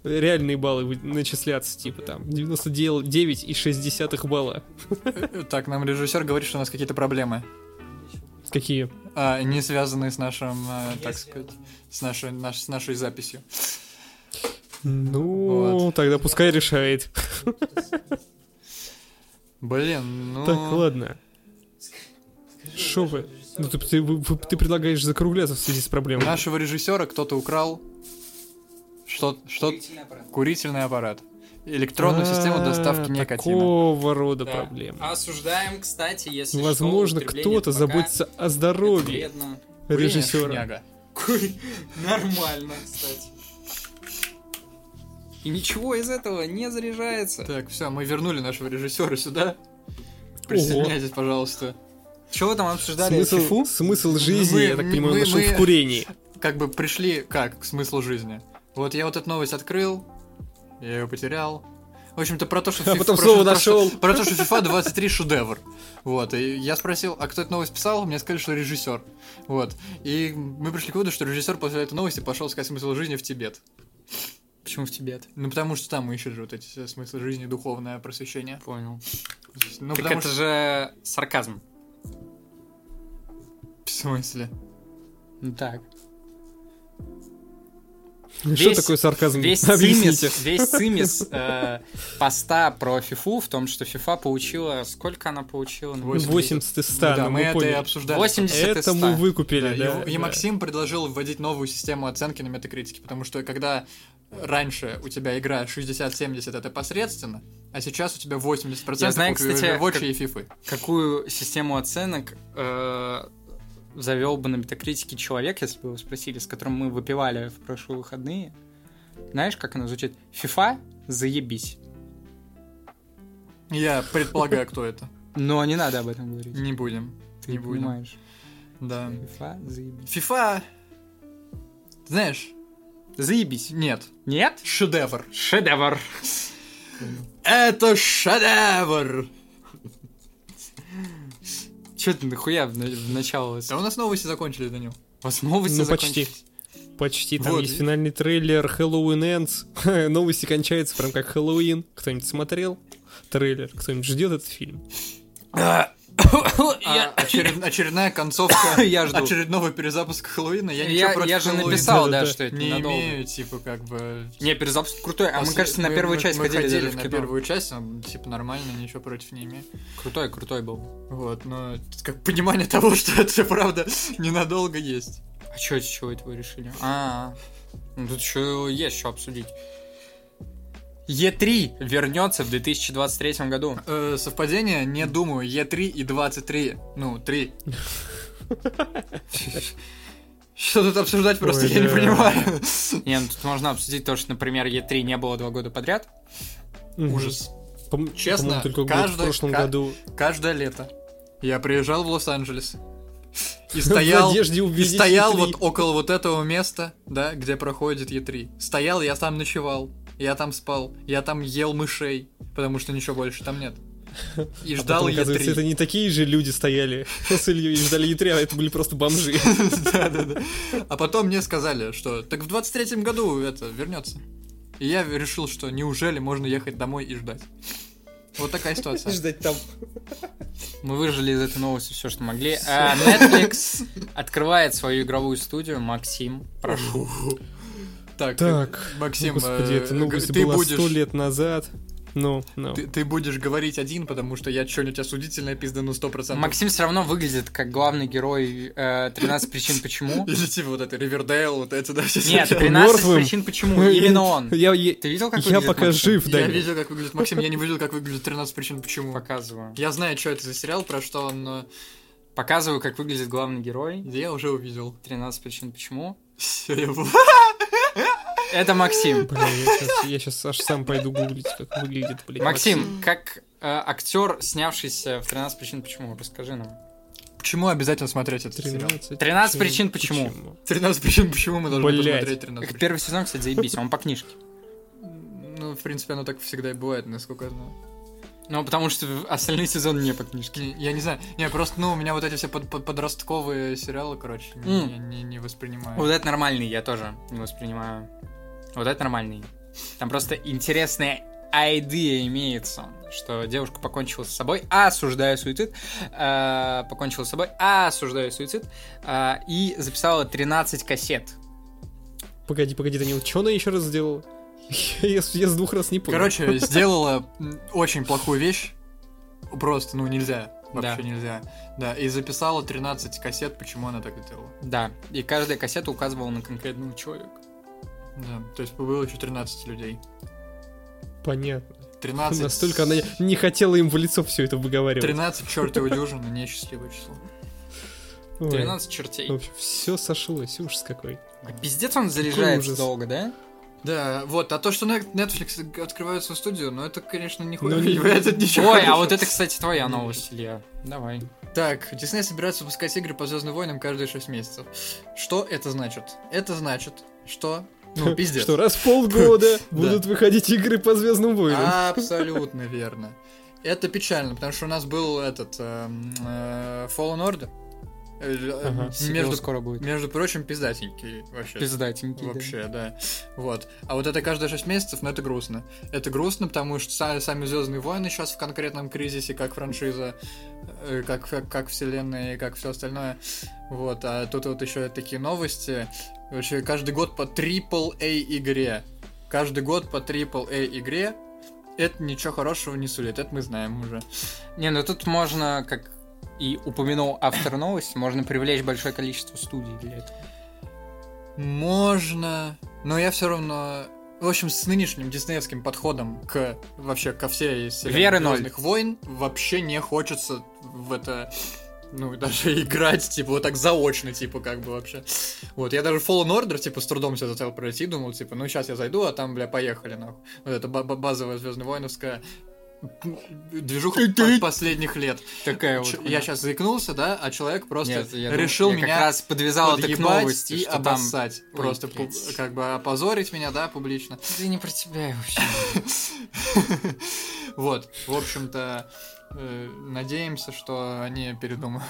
Speaker 2: реальные баллы вы- начисляться. Типа там 99,6 балла. типа.
Speaker 3: Так, нам режиссер говорит, что у нас какие-то проблемы,
Speaker 2: Какие?
Speaker 3: а, не связанные с нашим, э, так сказать, с нашей, наш- с нашей записью.
Speaker 2: Ну, тогда пускай решает.
Speaker 3: Блин, ну...
Speaker 2: Так, ладно. Шо вы? Ну, ты, ты- вы- вы- ты предлагаешь закругляться в связи с проблемой.
Speaker 3: Нашего режиссера кто-то украл что, что курительный аппарат. Электронную систему доставки
Speaker 2: А,
Speaker 3: никотина.
Speaker 2: Такого рода
Speaker 1: Да.
Speaker 2: проблемы.
Speaker 1: А Осуждаем, кстати, если что,
Speaker 2: Возможно,
Speaker 1: употребление
Speaker 2: кто-то
Speaker 1: табака
Speaker 2: заботится о
Speaker 1: это
Speaker 2: здоровье
Speaker 1: вредно.
Speaker 2: режиссера.
Speaker 3: Шняга.
Speaker 1: Куй, Нормально, кстати. И ничего из этого не заряжается.
Speaker 3: Так, все, мы вернули нашего режиссера сюда. Присоединяйтесь, пожалуйста.
Speaker 1: Чего вы там обсуждали?
Speaker 2: Смысл,
Speaker 1: Фифу?
Speaker 2: смысл жизни,
Speaker 3: мы-
Speaker 2: я так понимаю,
Speaker 3: мы-
Speaker 2: нашел
Speaker 3: мы-
Speaker 2: в курении. А
Speaker 3: Как бы пришли как к смыслу жизни. Вот я вот эту новость открыл, я ее потерял. В общем-то, про то, что...
Speaker 2: А
Speaker 3: фи-
Speaker 2: потом
Speaker 3: про
Speaker 2: снова
Speaker 3: что- про что-
Speaker 2: нашел.
Speaker 3: Про то, что FIFA 23 шедевр. Вот, и я спросил, а кто эту новость писал? Мне сказали, что режиссер. Вот, и мы пришли к выводу, что режиссер после этой новости пошел искать смысл жизни в Тибет.
Speaker 1: Почему в Тибет?
Speaker 3: Ну, потому что там ищут же вот эти все смыслы жизни, духовное просвещение.
Speaker 1: Понял.
Speaker 3: Ну,
Speaker 1: так
Speaker 3: потому
Speaker 1: это
Speaker 3: что...
Speaker 1: же сарказм.
Speaker 3: В смысле?
Speaker 1: Ну так.
Speaker 2: Что
Speaker 1: Весь-
Speaker 2: такое сарказм?
Speaker 1: Весь
Speaker 2: Объясните.
Speaker 1: цимис, весь цимис э, поста про Фифу в том, что Фифа получила... Сколько она получила? Ну,
Speaker 2: 80 из 100,
Speaker 3: Ну да,
Speaker 2: ну,
Speaker 3: мы,
Speaker 2: мы
Speaker 3: это и
Speaker 2: поняли.
Speaker 3: обсуждали.
Speaker 1: 80 из
Speaker 2: Это
Speaker 1: 100.
Speaker 2: мы
Speaker 3: Да,
Speaker 2: выкупили,
Speaker 3: и-
Speaker 2: да.
Speaker 3: и,
Speaker 2: да.
Speaker 3: Максим предложил вводить новую систему оценки на метакритике, потому что когда раньше у тебя игра 60-70 это посредственно, а сейчас у тебя 80%
Speaker 1: Я знаю,
Speaker 3: у
Speaker 1: кстати,
Speaker 3: Overwatch
Speaker 1: как-
Speaker 3: и FIFA.
Speaker 1: Какую систему оценок э, завел бы на метакритике человек, если бы его спросили, с которым мы выпивали в прошлые выходные? Знаешь, как она звучит? Фифа? Заебись.
Speaker 3: Я предполагаю, кто это.
Speaker 1: Но не надо об этом говорить.
Speaker 3: Не будем.
Speaker 1: Ты
Speaker 3: не будем.
Speaker 1: понимаешь.
Speaker 3: Да.
Speaker 1: Фифа? Заебись.
Speaker 3: FIFA... Знаешь,
Speaker 1: Заебись.
Speaker 3: нет.
Speaker 1: Нет?
Speaker 3: Шедевр.
Speaker 1: Шедевр.
Speaker 3: Это шедевр!
Speaker 1: Че ты нахуя в, на- в начало? с-
Speaker 3: Да у нас новости закончились, Данил.
Speaker 1: У вас новости
Speaker 2: Ну, почти.
Speaker 1: закончились?
Speaker 2: Почти там
Speaker 3: Вот,
Speaker 2: есть
Speaker 3: и-
Speaker 2: финальный трейлер Хэллоуин Ends. Новости кончаются прям как Хэллоуин. Кто-нибудь смотрел трейлер? Кто-нибудь ждет этот фильм?
Speaker 3: А очеред- Очередная концовка
Speaker 1: Я жду.
Speaker 3: очередного перезапуска Хеллоуина. Я, ничего
Speaker 1: Я,
Speaker 3: против
Speaker 1: я же
Speaker 3: Хэллоуина
Speaker 1: написал, да,
Speaker 2: Да-да-да.
Speaker 1: что это
Speaker 3: не
Speaker 1: ненадолго.
Speaker 3: имею, типа, как бы...
Speaker 1: Не, перезапуск крутой, а мы,
Speaker 3: После-
Speaker 1: кажется, на первую
Speaker 3: мы-
Speaker 1: часть
Speaker 3: мы
Speaker 1: ходили, даже в
Speaker 3: на
Speaker 1: кино.
Speaker 3: первую часть, он, типа, нормально, ничего против не имею.
Speaker 1: Крутой, крутой был.
Speaker 3: Вот, но тут как понимание того, что это, правда, ненадолго есть.
Speaker 1: А чё, с чего это вы решили? А, ну тут еще есть что обсудить. Е3 вернется в 2023 году.
Speaker 3: Э, совпадение? Не думаю. Е3 и 23. Ну, 3. Что тут обсуждать просто,
Speaker 2: Ой,
Speaker 3: я не
Speaker 2: да.
Speaker 3: понимаю.
Speaker 1: Не, ну тут можно обсудить то, что, например, Е3 не было два года подряд.
Speaker 3: Ужас.
Speaker 2: Пом-
Speaker 3: Честно,
Speaker 2: по-моему, только год в
Speaker 3: каждый-
Speaker 2: прошлом
Speaker 3: ка-
Speaker 2: году
Speaker 3: Каждое лето я приезжал в Лос-Анджелес и
Speaker 2: в
Speaker 3: стоял...
Speaker 2: надежде
Speaker 3: И
Speaker 2: увидеть А
Speaker 3: стоял
Speaker 2: E3.
Speaker 3: вот около вот этого места, да, где проходит Е3. Стоял, я там ночевал, я там спал, я там ел мышей, потому что ничего больше там нет. И
Speaker 2: А
Speaker 3: ждал
Speaker 2: потом, оказывается, это
Speaker 3: Е3.
Speaker 2: не такие же люди стояли с Ильей и ждали Е3, а это были просто бомжи.
Speaker 3: Да-да-да. А потом мне сказали, что так в 23-м году это вернется. И я решил, что неужели можно ехать домой и ждать. Вот такая ситуация.
Speaker 2: Ждать там.
Speaker 1: Мы выжили из этой новости все, что могли. А, Netflix открывает свою игровую студию. Максим, прошу.
Speaker 3: Так,
Speaker 2: Так,
Speaker 3: Максим,
Speaker 2: Ну, господи,
Speaker 3: э,
Speaker 2: эта новость
Speaker 3: ты
Speaker 2: была
Speaker 3: будешь...
Speaker 2: сто лет назад. Ну, ну.
Speaker 3: Ты, ты будешь говорить один, потому что я что-нибудь осудительное пиздану 100%.
Speaker 1: Максим все равно выглядит как главный герой э, 13 причин почему.
Speaker 3: Или типа вот это Ривердейл, вот это, да, все
Speaker 1: Нет,
Speaker 3: эти-
Speaker 1: 13
Speaker 2: Мёртвым.
Speaker 1: причин почему. Именно он.
Speaker 2: Я, я-
Speaker 1: Ты видел, как
Speaker 2: я
Speaker 1: выглядит
Speaker 2: пока
Speaker 1: Максим?
Speaker 2: жив, да.
Speaker 3: Я видел, как выглядит Максим, я не видел, как выглядит 13 причин почему.
Speaker 1: Показываю.
Speaker 3: Я знаю, что это за сериал, про что он, но
Speaker 1: Показываю, как выглядит главный герой.
Speaker 3: я уже увидел.
Speaker 1: 13 причин почему.
Speaker 3: Все, я был.
Speaker 1: Это Максим.
Speaker 2: Блин, я сейчас, аж сам пойду гуглить, как выглядит, блин.
Speaker 1: Максим, как э, актер, снявшийся в 13 причин почему, расскажи нам.
Speaker 3: Почему обязательно смотреть этот сериал?
Speaker 2: 13,
Speaker 1: 13 причин почему.
Speaker 3: 13 причин почему мы должны
Speaker 2: Блядь.
Speaker 3: посмотреть 13
Speaker 1: Как
Speaker 3: причин.
Speaker 1: первый сезон, кстати, заебись, он по книжке.
Speaker 3: Ну, в принципе, оно так всегда и бывает, насколько я знаю.
Speaker 1: Ну, потому что остальные сезоны не по книжке.
Speaker 3: Не- Я не знаю. Не, просто, ну, у меня вот эти все под- под- подростковые сериалы, короче, не-
Speaker 1: М.
Speaker 3: я не, не воспринимаю.
Speaker 1: Вот это нормальный, я тоже не воспринимаю. Вот это нормальный. Там просто интересная идея имеется, что девушка покончила с собой, осуждая суицид, э, покончила с собой, осуждая суицид, э, и записала 13 кассет.
Speaker 2: Погоди, погоди, Данил, что она еще раз сделала? Я, с- я с двух раз не понял.
Speaker 3: Короче, сделала м, очень плохую вещь. Просто, ну, нельзя. Вообще
Speaker 1: Да.
Speaker 3: нельзя. Да, и записала 13 кассет, почему она так сделала.
Speaker 1: Да, и каждая кассета указывала на конкретного человека.
Speaker 3: Да, то есть было еще 13 людей.
Speaker 2: понятно.
Speaker 3: 13...
Speaker 2: Настолько она не хотела им в лицо все это выговаривать.
Speaker 3: 13 чертовой дюжины, несчастливое число.
Speaker 2: Ой,
Speaker 1: 13
Speaker 2: В
Speaker 1: чертей.
Speaker 2: общем, все сошлось, ужас какой.
Speaker 1: Пиздец он заряжается
Speaker 2: ужас.
Speaker 1: долго, да?
Speaker 3: Да, вот, а то, что Нет- Netflix открывает свою студию, ну это, конечно, нихуя
Speaker 2: Ну,
Speaker 3: не является ничего.
Speaker 1: Ой, а
Speaker 3: хорошего.
Speaker 1: вот это, кстати, твоя новость, Илья. Давай.
Speaker 3: Так, Disney собирается выпускать игры по Звездным войнам каждые 6 месяцев. Что это значит? Это значит, что... Ну, пиздец.
Speaker 2: Что раз в полгода будут выходить игры по Звездным
Speaker 3: А,
Speaker 2: войнам.
Speaker 3: Абсолютно верно. Это печально, потому что у нас был этот эм, э, Fallen Order. Э, э,
Speaker 2: Ага.
Speaker 1: Между
Speaker 3: Между,
Speaker 1: скоро будет.
Speaker 3: между прочим, пиздатенький вообще.
Speaker 1: Пиздатенький. да.
Speaker 3: Вообще, да. Вот. А вот это каждые 6 месяцев, но это грустно. Это грустно, потому что са- сами Звездные войны сейчас в конкретном кризисе, как франшиза, э, как, фе- как вселенная и как все остальное. Вот. А тут вот еще такие новости. Вообще, каждый год по AAA игре. Каждый год по AAA игре. Это ничего хорошего не сулит, это мы знаем уже.
Speaker 1: Не, ну тут можно, как и упомянул автор новости, можно привлечь большое количество студий для этого.
Speaker 3: Можно, но я все равно... В общем, с нынешним диснеевским подходом к вообще ко всей вселенной
Speaker 1: Веры ноль.
Speaker 3: «Звездных войн вообще не хочется в это ну, даже играть, типа, вот так заочно, типа, как бы вообще. Вот, я даже Fallen Order, типа, с трудом себе заставил пройти, думал, типа, ну, сейчас я зайду, а там, бля, поехали, нахуй. Вот это ба- ба- базовая Звездно Войновская движуха по- последних лет.
Speaker 1: Такая
Speaker 3: Ч-
Speaker 1: вот.
Speaker 3: я сейчас заикнулся, да, а человек просто
Speaker 1: Нет, я думал-
Speaker 3: решил
Speaker 1: я
Speaker 3: меня
Speaker 1: как раз подвязал это к
Speaker 3: подъебать
Speaker 1: новости,
Speaker 3: и
Speaker 1: что там...
Speaker 3: обоссать.
Speaker 1: Ой,
Speaker 3: Просто пу-
Speaker 1: блядь.
Speaker 3: как бы опозорить меня, да, публично.
Speaker 1: Это не про тебя вообще.
Speaker 3: Вот, в общем-то, э, надеемся, что они передумают.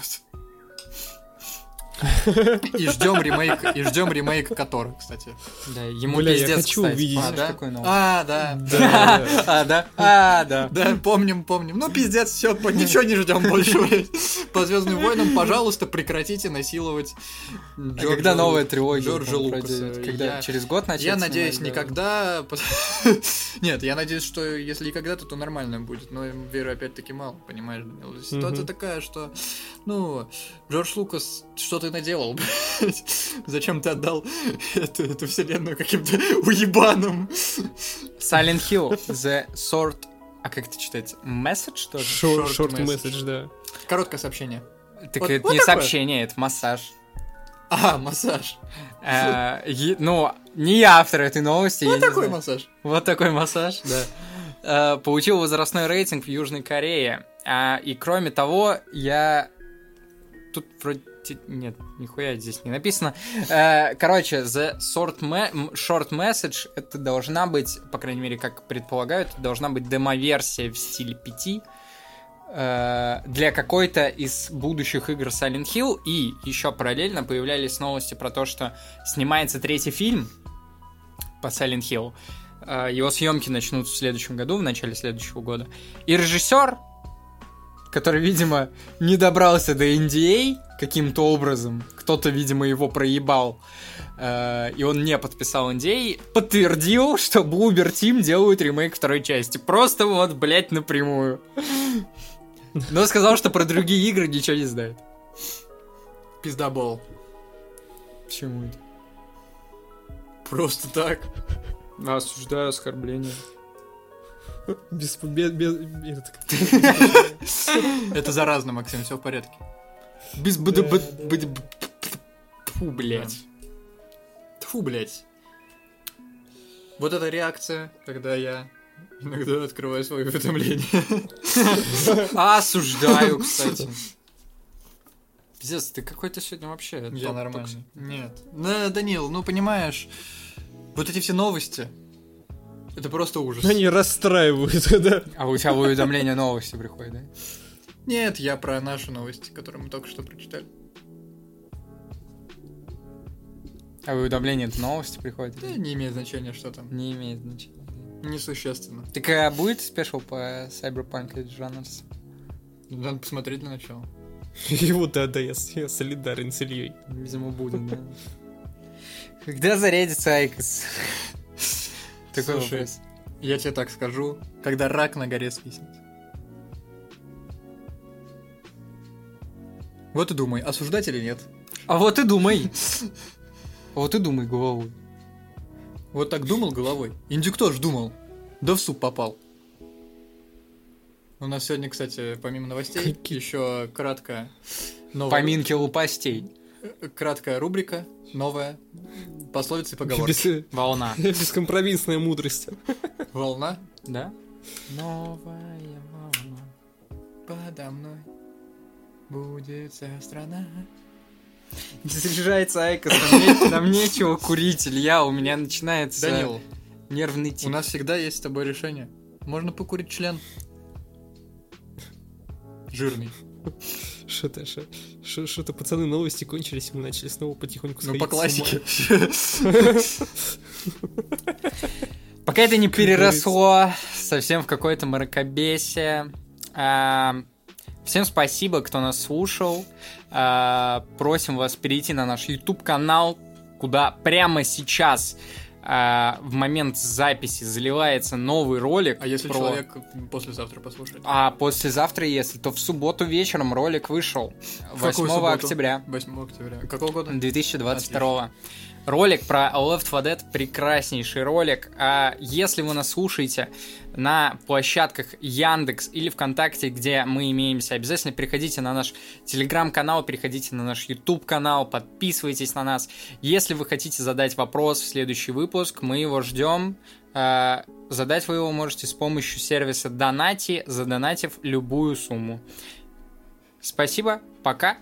Speaker 3: И ждем ремейк, и ждем ремейк Котор, кстати.
Speaker 1: Да, ему
Speaker 2: Бля, я
Speaker 1: пиздец,
Speaker 2: хочу
Speaker 1: кстати.
Speaker 2: увидеть.
Speaker 1: Помнишь,
Speaker 3: да?
Speaker 1: какой новый?
Speaker 3: А, да.
Speaker 2: Да.
Speaker 1: А, да? А, да.
Speaker 3: Да, помним, помним. Ну, пиздец, все, ничего не ждем больше. блядь. По Звездным войнам, пожалуйста, прекратите насиловать.
Speaker 1: А
Speaker 3: Джорджа
Speaker 1: когда новая
Speaker 3: Лу-
Speaker 1: трилогия?
Speaker 3: Джорджа
Speaker 1: там
Speaker 3: Лукаса.
Speaker 1: пройдет? Когда?
Speaker 3: Я-
Speaker 1: Через год начнется?
Speaker 3: Я надеюсь,
Speaker 1: наверное, да?
Speaker 3: никогда. пот- Нет, я надеюсь, что если и когда-то, то нормально будет. Но веры опять-таки мало, понимаешь, Данил? Ситуация
Speaker 2: Мгм.
Speaker 3: такая, что, ну, Джордж Лукас, что ты наделал? блядь? Зачем ты отдал эту, эту вселенную каким-то уебаном?
Speaker 1: Silent Hill, The Sword... А как это читается? Message, что ли?
Speaker 2: Шор-
Speaker 3: Short
Speaker 2: Short
Speaker 3: message.
Speaker 2: message, да.
Speaker 3: Короткое сообщение.
Speaker 1: Так
Speaker 3: Вот-
Speaker 1: это
Speaker 3: вот
Speaker 1: не
Speaker 3: такое.
Speaker 1: сообщение, это массаж.
Speaker 3: А, массаж.
Speaker 1: Э, е- Ну, не я автор этой новости. я
Speaker 3: Вот
Speaker 1: не
Speaker 3: Ну, такой
Speaker 1: знаю.
Speaker 3: массаж.
Speaker 1: Вот такой массаж, да. Э, Получил возрастной рейтинг в Южной Корее. А, И кроме того, я... Тут вроде... Нет, нихуя здесь не написано. Э, Короче, the short, me- м- short message это должна быть, по крайней мере, как предполагают, должна быть демоверсия в стиле 5 для какой-то из будущих игр Silent Hill. И еще параллельно появлялись новости про то, что снимается третий фильм по Silent Hill. Э, Его съемки начнутся в следующем году, в начале следующего года. И режиссер, который, видимо, не добрался до NDA А каким-то образом, кто-то, видимо, его проебал. Э, И он не подписал NDA, подтвердил, что Bloober Team делают ремейк второй части. Просто вот, блядь, напрямую. Но сказал, что про другие игры ничего не знает.
Speaker 3: Пиздобол.
Speaker 1: Почему это?
Speaker 3: Просто так.
Speaker 1: Осуждаю оскорбление.
Speaker 2: Без, без, без, этот,
Speaker 3: Это заразно, Максим, все в порядке.
Speaker 1: Без
Speaker 2: Да,
Speaker 1: бд...
Speaker 2: да.
Speaker 1: Фу, блядь.
Speaker 3: Тьфу, блядь. Вот эта реакция, когда я иногда открываю свои уведомления.
Speaker 1: Осуждаю, кстати. Пиздец, ты какой-то сегодня вообще...
Speaker 3: Я
Speaker 1: топ-
Speaker 3: нормальный. Нет. Да, Данил, ну понимаешь, вот эти все новости, это просто ужас.
Speaker 2: Они расстраивают, да.
Speaker 1: токс- А у тебя уведомление новости приходит, да?
Speaker 3: Нет, я про наши новости, которые мы только что прочитали.
Speaker 1: А уведомление это новости приходит?
Speaker 3: Да, не имеет значения, что там.
Speaker 1: Не имеет значения.
Speaker 3: Несущественно.
Speaker 1: Так а будет спешл по Cyberpunk Edge Runners?
Speaker 3: Надо посмотреть для начала.
Speaker 2: И вот да, да, я, с- я солидарен с Ильей.
Speaker 1: Видимо, будет, да. Когда зарядится Айкос? Такой
Speaker 3: Слушай,
Speaker 1: вопрос.
Speaker 3: Я тебе так скажу, когда рак на горе свистнет. Вот и думай, осуждать или нет.
Speaker 1: А вот и думай. А Вот и думай головой.
Speaker 3: Вот так думал головой. Индюк тоже думал. Да в суп попал. У нас сегодня, кстати, помимо новостей,
Speaker 2: Какие-
Speaker 3: еще кратко новая,
Speaker 1: Поминки лопастей.
Speaker 3: э, краткая рубрика, новая, пословица и поговорка.
Speaker 2: Без- э,
Speaker 1: Волна.
Speaker 2: Бескомпромиссная мудрость.
Speaker 3: Волна
Speaker 1: Да? Новая волна.
Speaker 3: подо мной будет вся страна.
Speaker 1: Заряжается Айкос, нам, не- нам нечего курить, Илья, у меня начинается
Speaker 3: Данил,
Speaker 1: нервный
Speaker 3: у
Speaker 1: тик.
Speaker 3: нас всегда есть с тобой решение. Можно покурить член. Жирный.
Speaker 2: Что-то, что-то, пацаны, новости кончились, мы начали снова потихоньку
Speaker 3: Ну,
Speaker 2: сходить
Speaker 3: по
Speaker 2: с ума.
Speaker 3: классике.
Speaker 1: Пока это не
Speaker 2: Как
Speaker 1: переросло совсем в какое-то мракобесие. А, Всем спасибо, кто нас слушал. А, Просим вас перейти на наш YouTube-канал, куда прямо сейчас а, в момент записи заливается новый ролик.
Speaker 3: А если
Speaker 1: про-
Speaker 3: человек послезавтра послушает?
Speaker 1: А послезавтра, если, то в субботу вечером ролик вышел.
Speaker 3: В
Speaker 1: 8
Speaker 3: какую субботу?
Speaker 1: октября.
Speaker 3: 8 октября. Какого года?
Speaker 1: 2022 ролик про Left 4 Dead прекраснейший ролик. А если вы нас слушаете на площадках Яндекс или ВКонтакте, где мы имеемся, обязательно переходите на наш Телеграм-канал, переходите на наш YouTube-канал, подписывайтесь на нас. Если вы хотите задать вопрос в следующий выпуск, мы его ждем. Э, Задать вы его можете с помощью сервиса Донати, задонатив любую сумму. Спасибо, пока,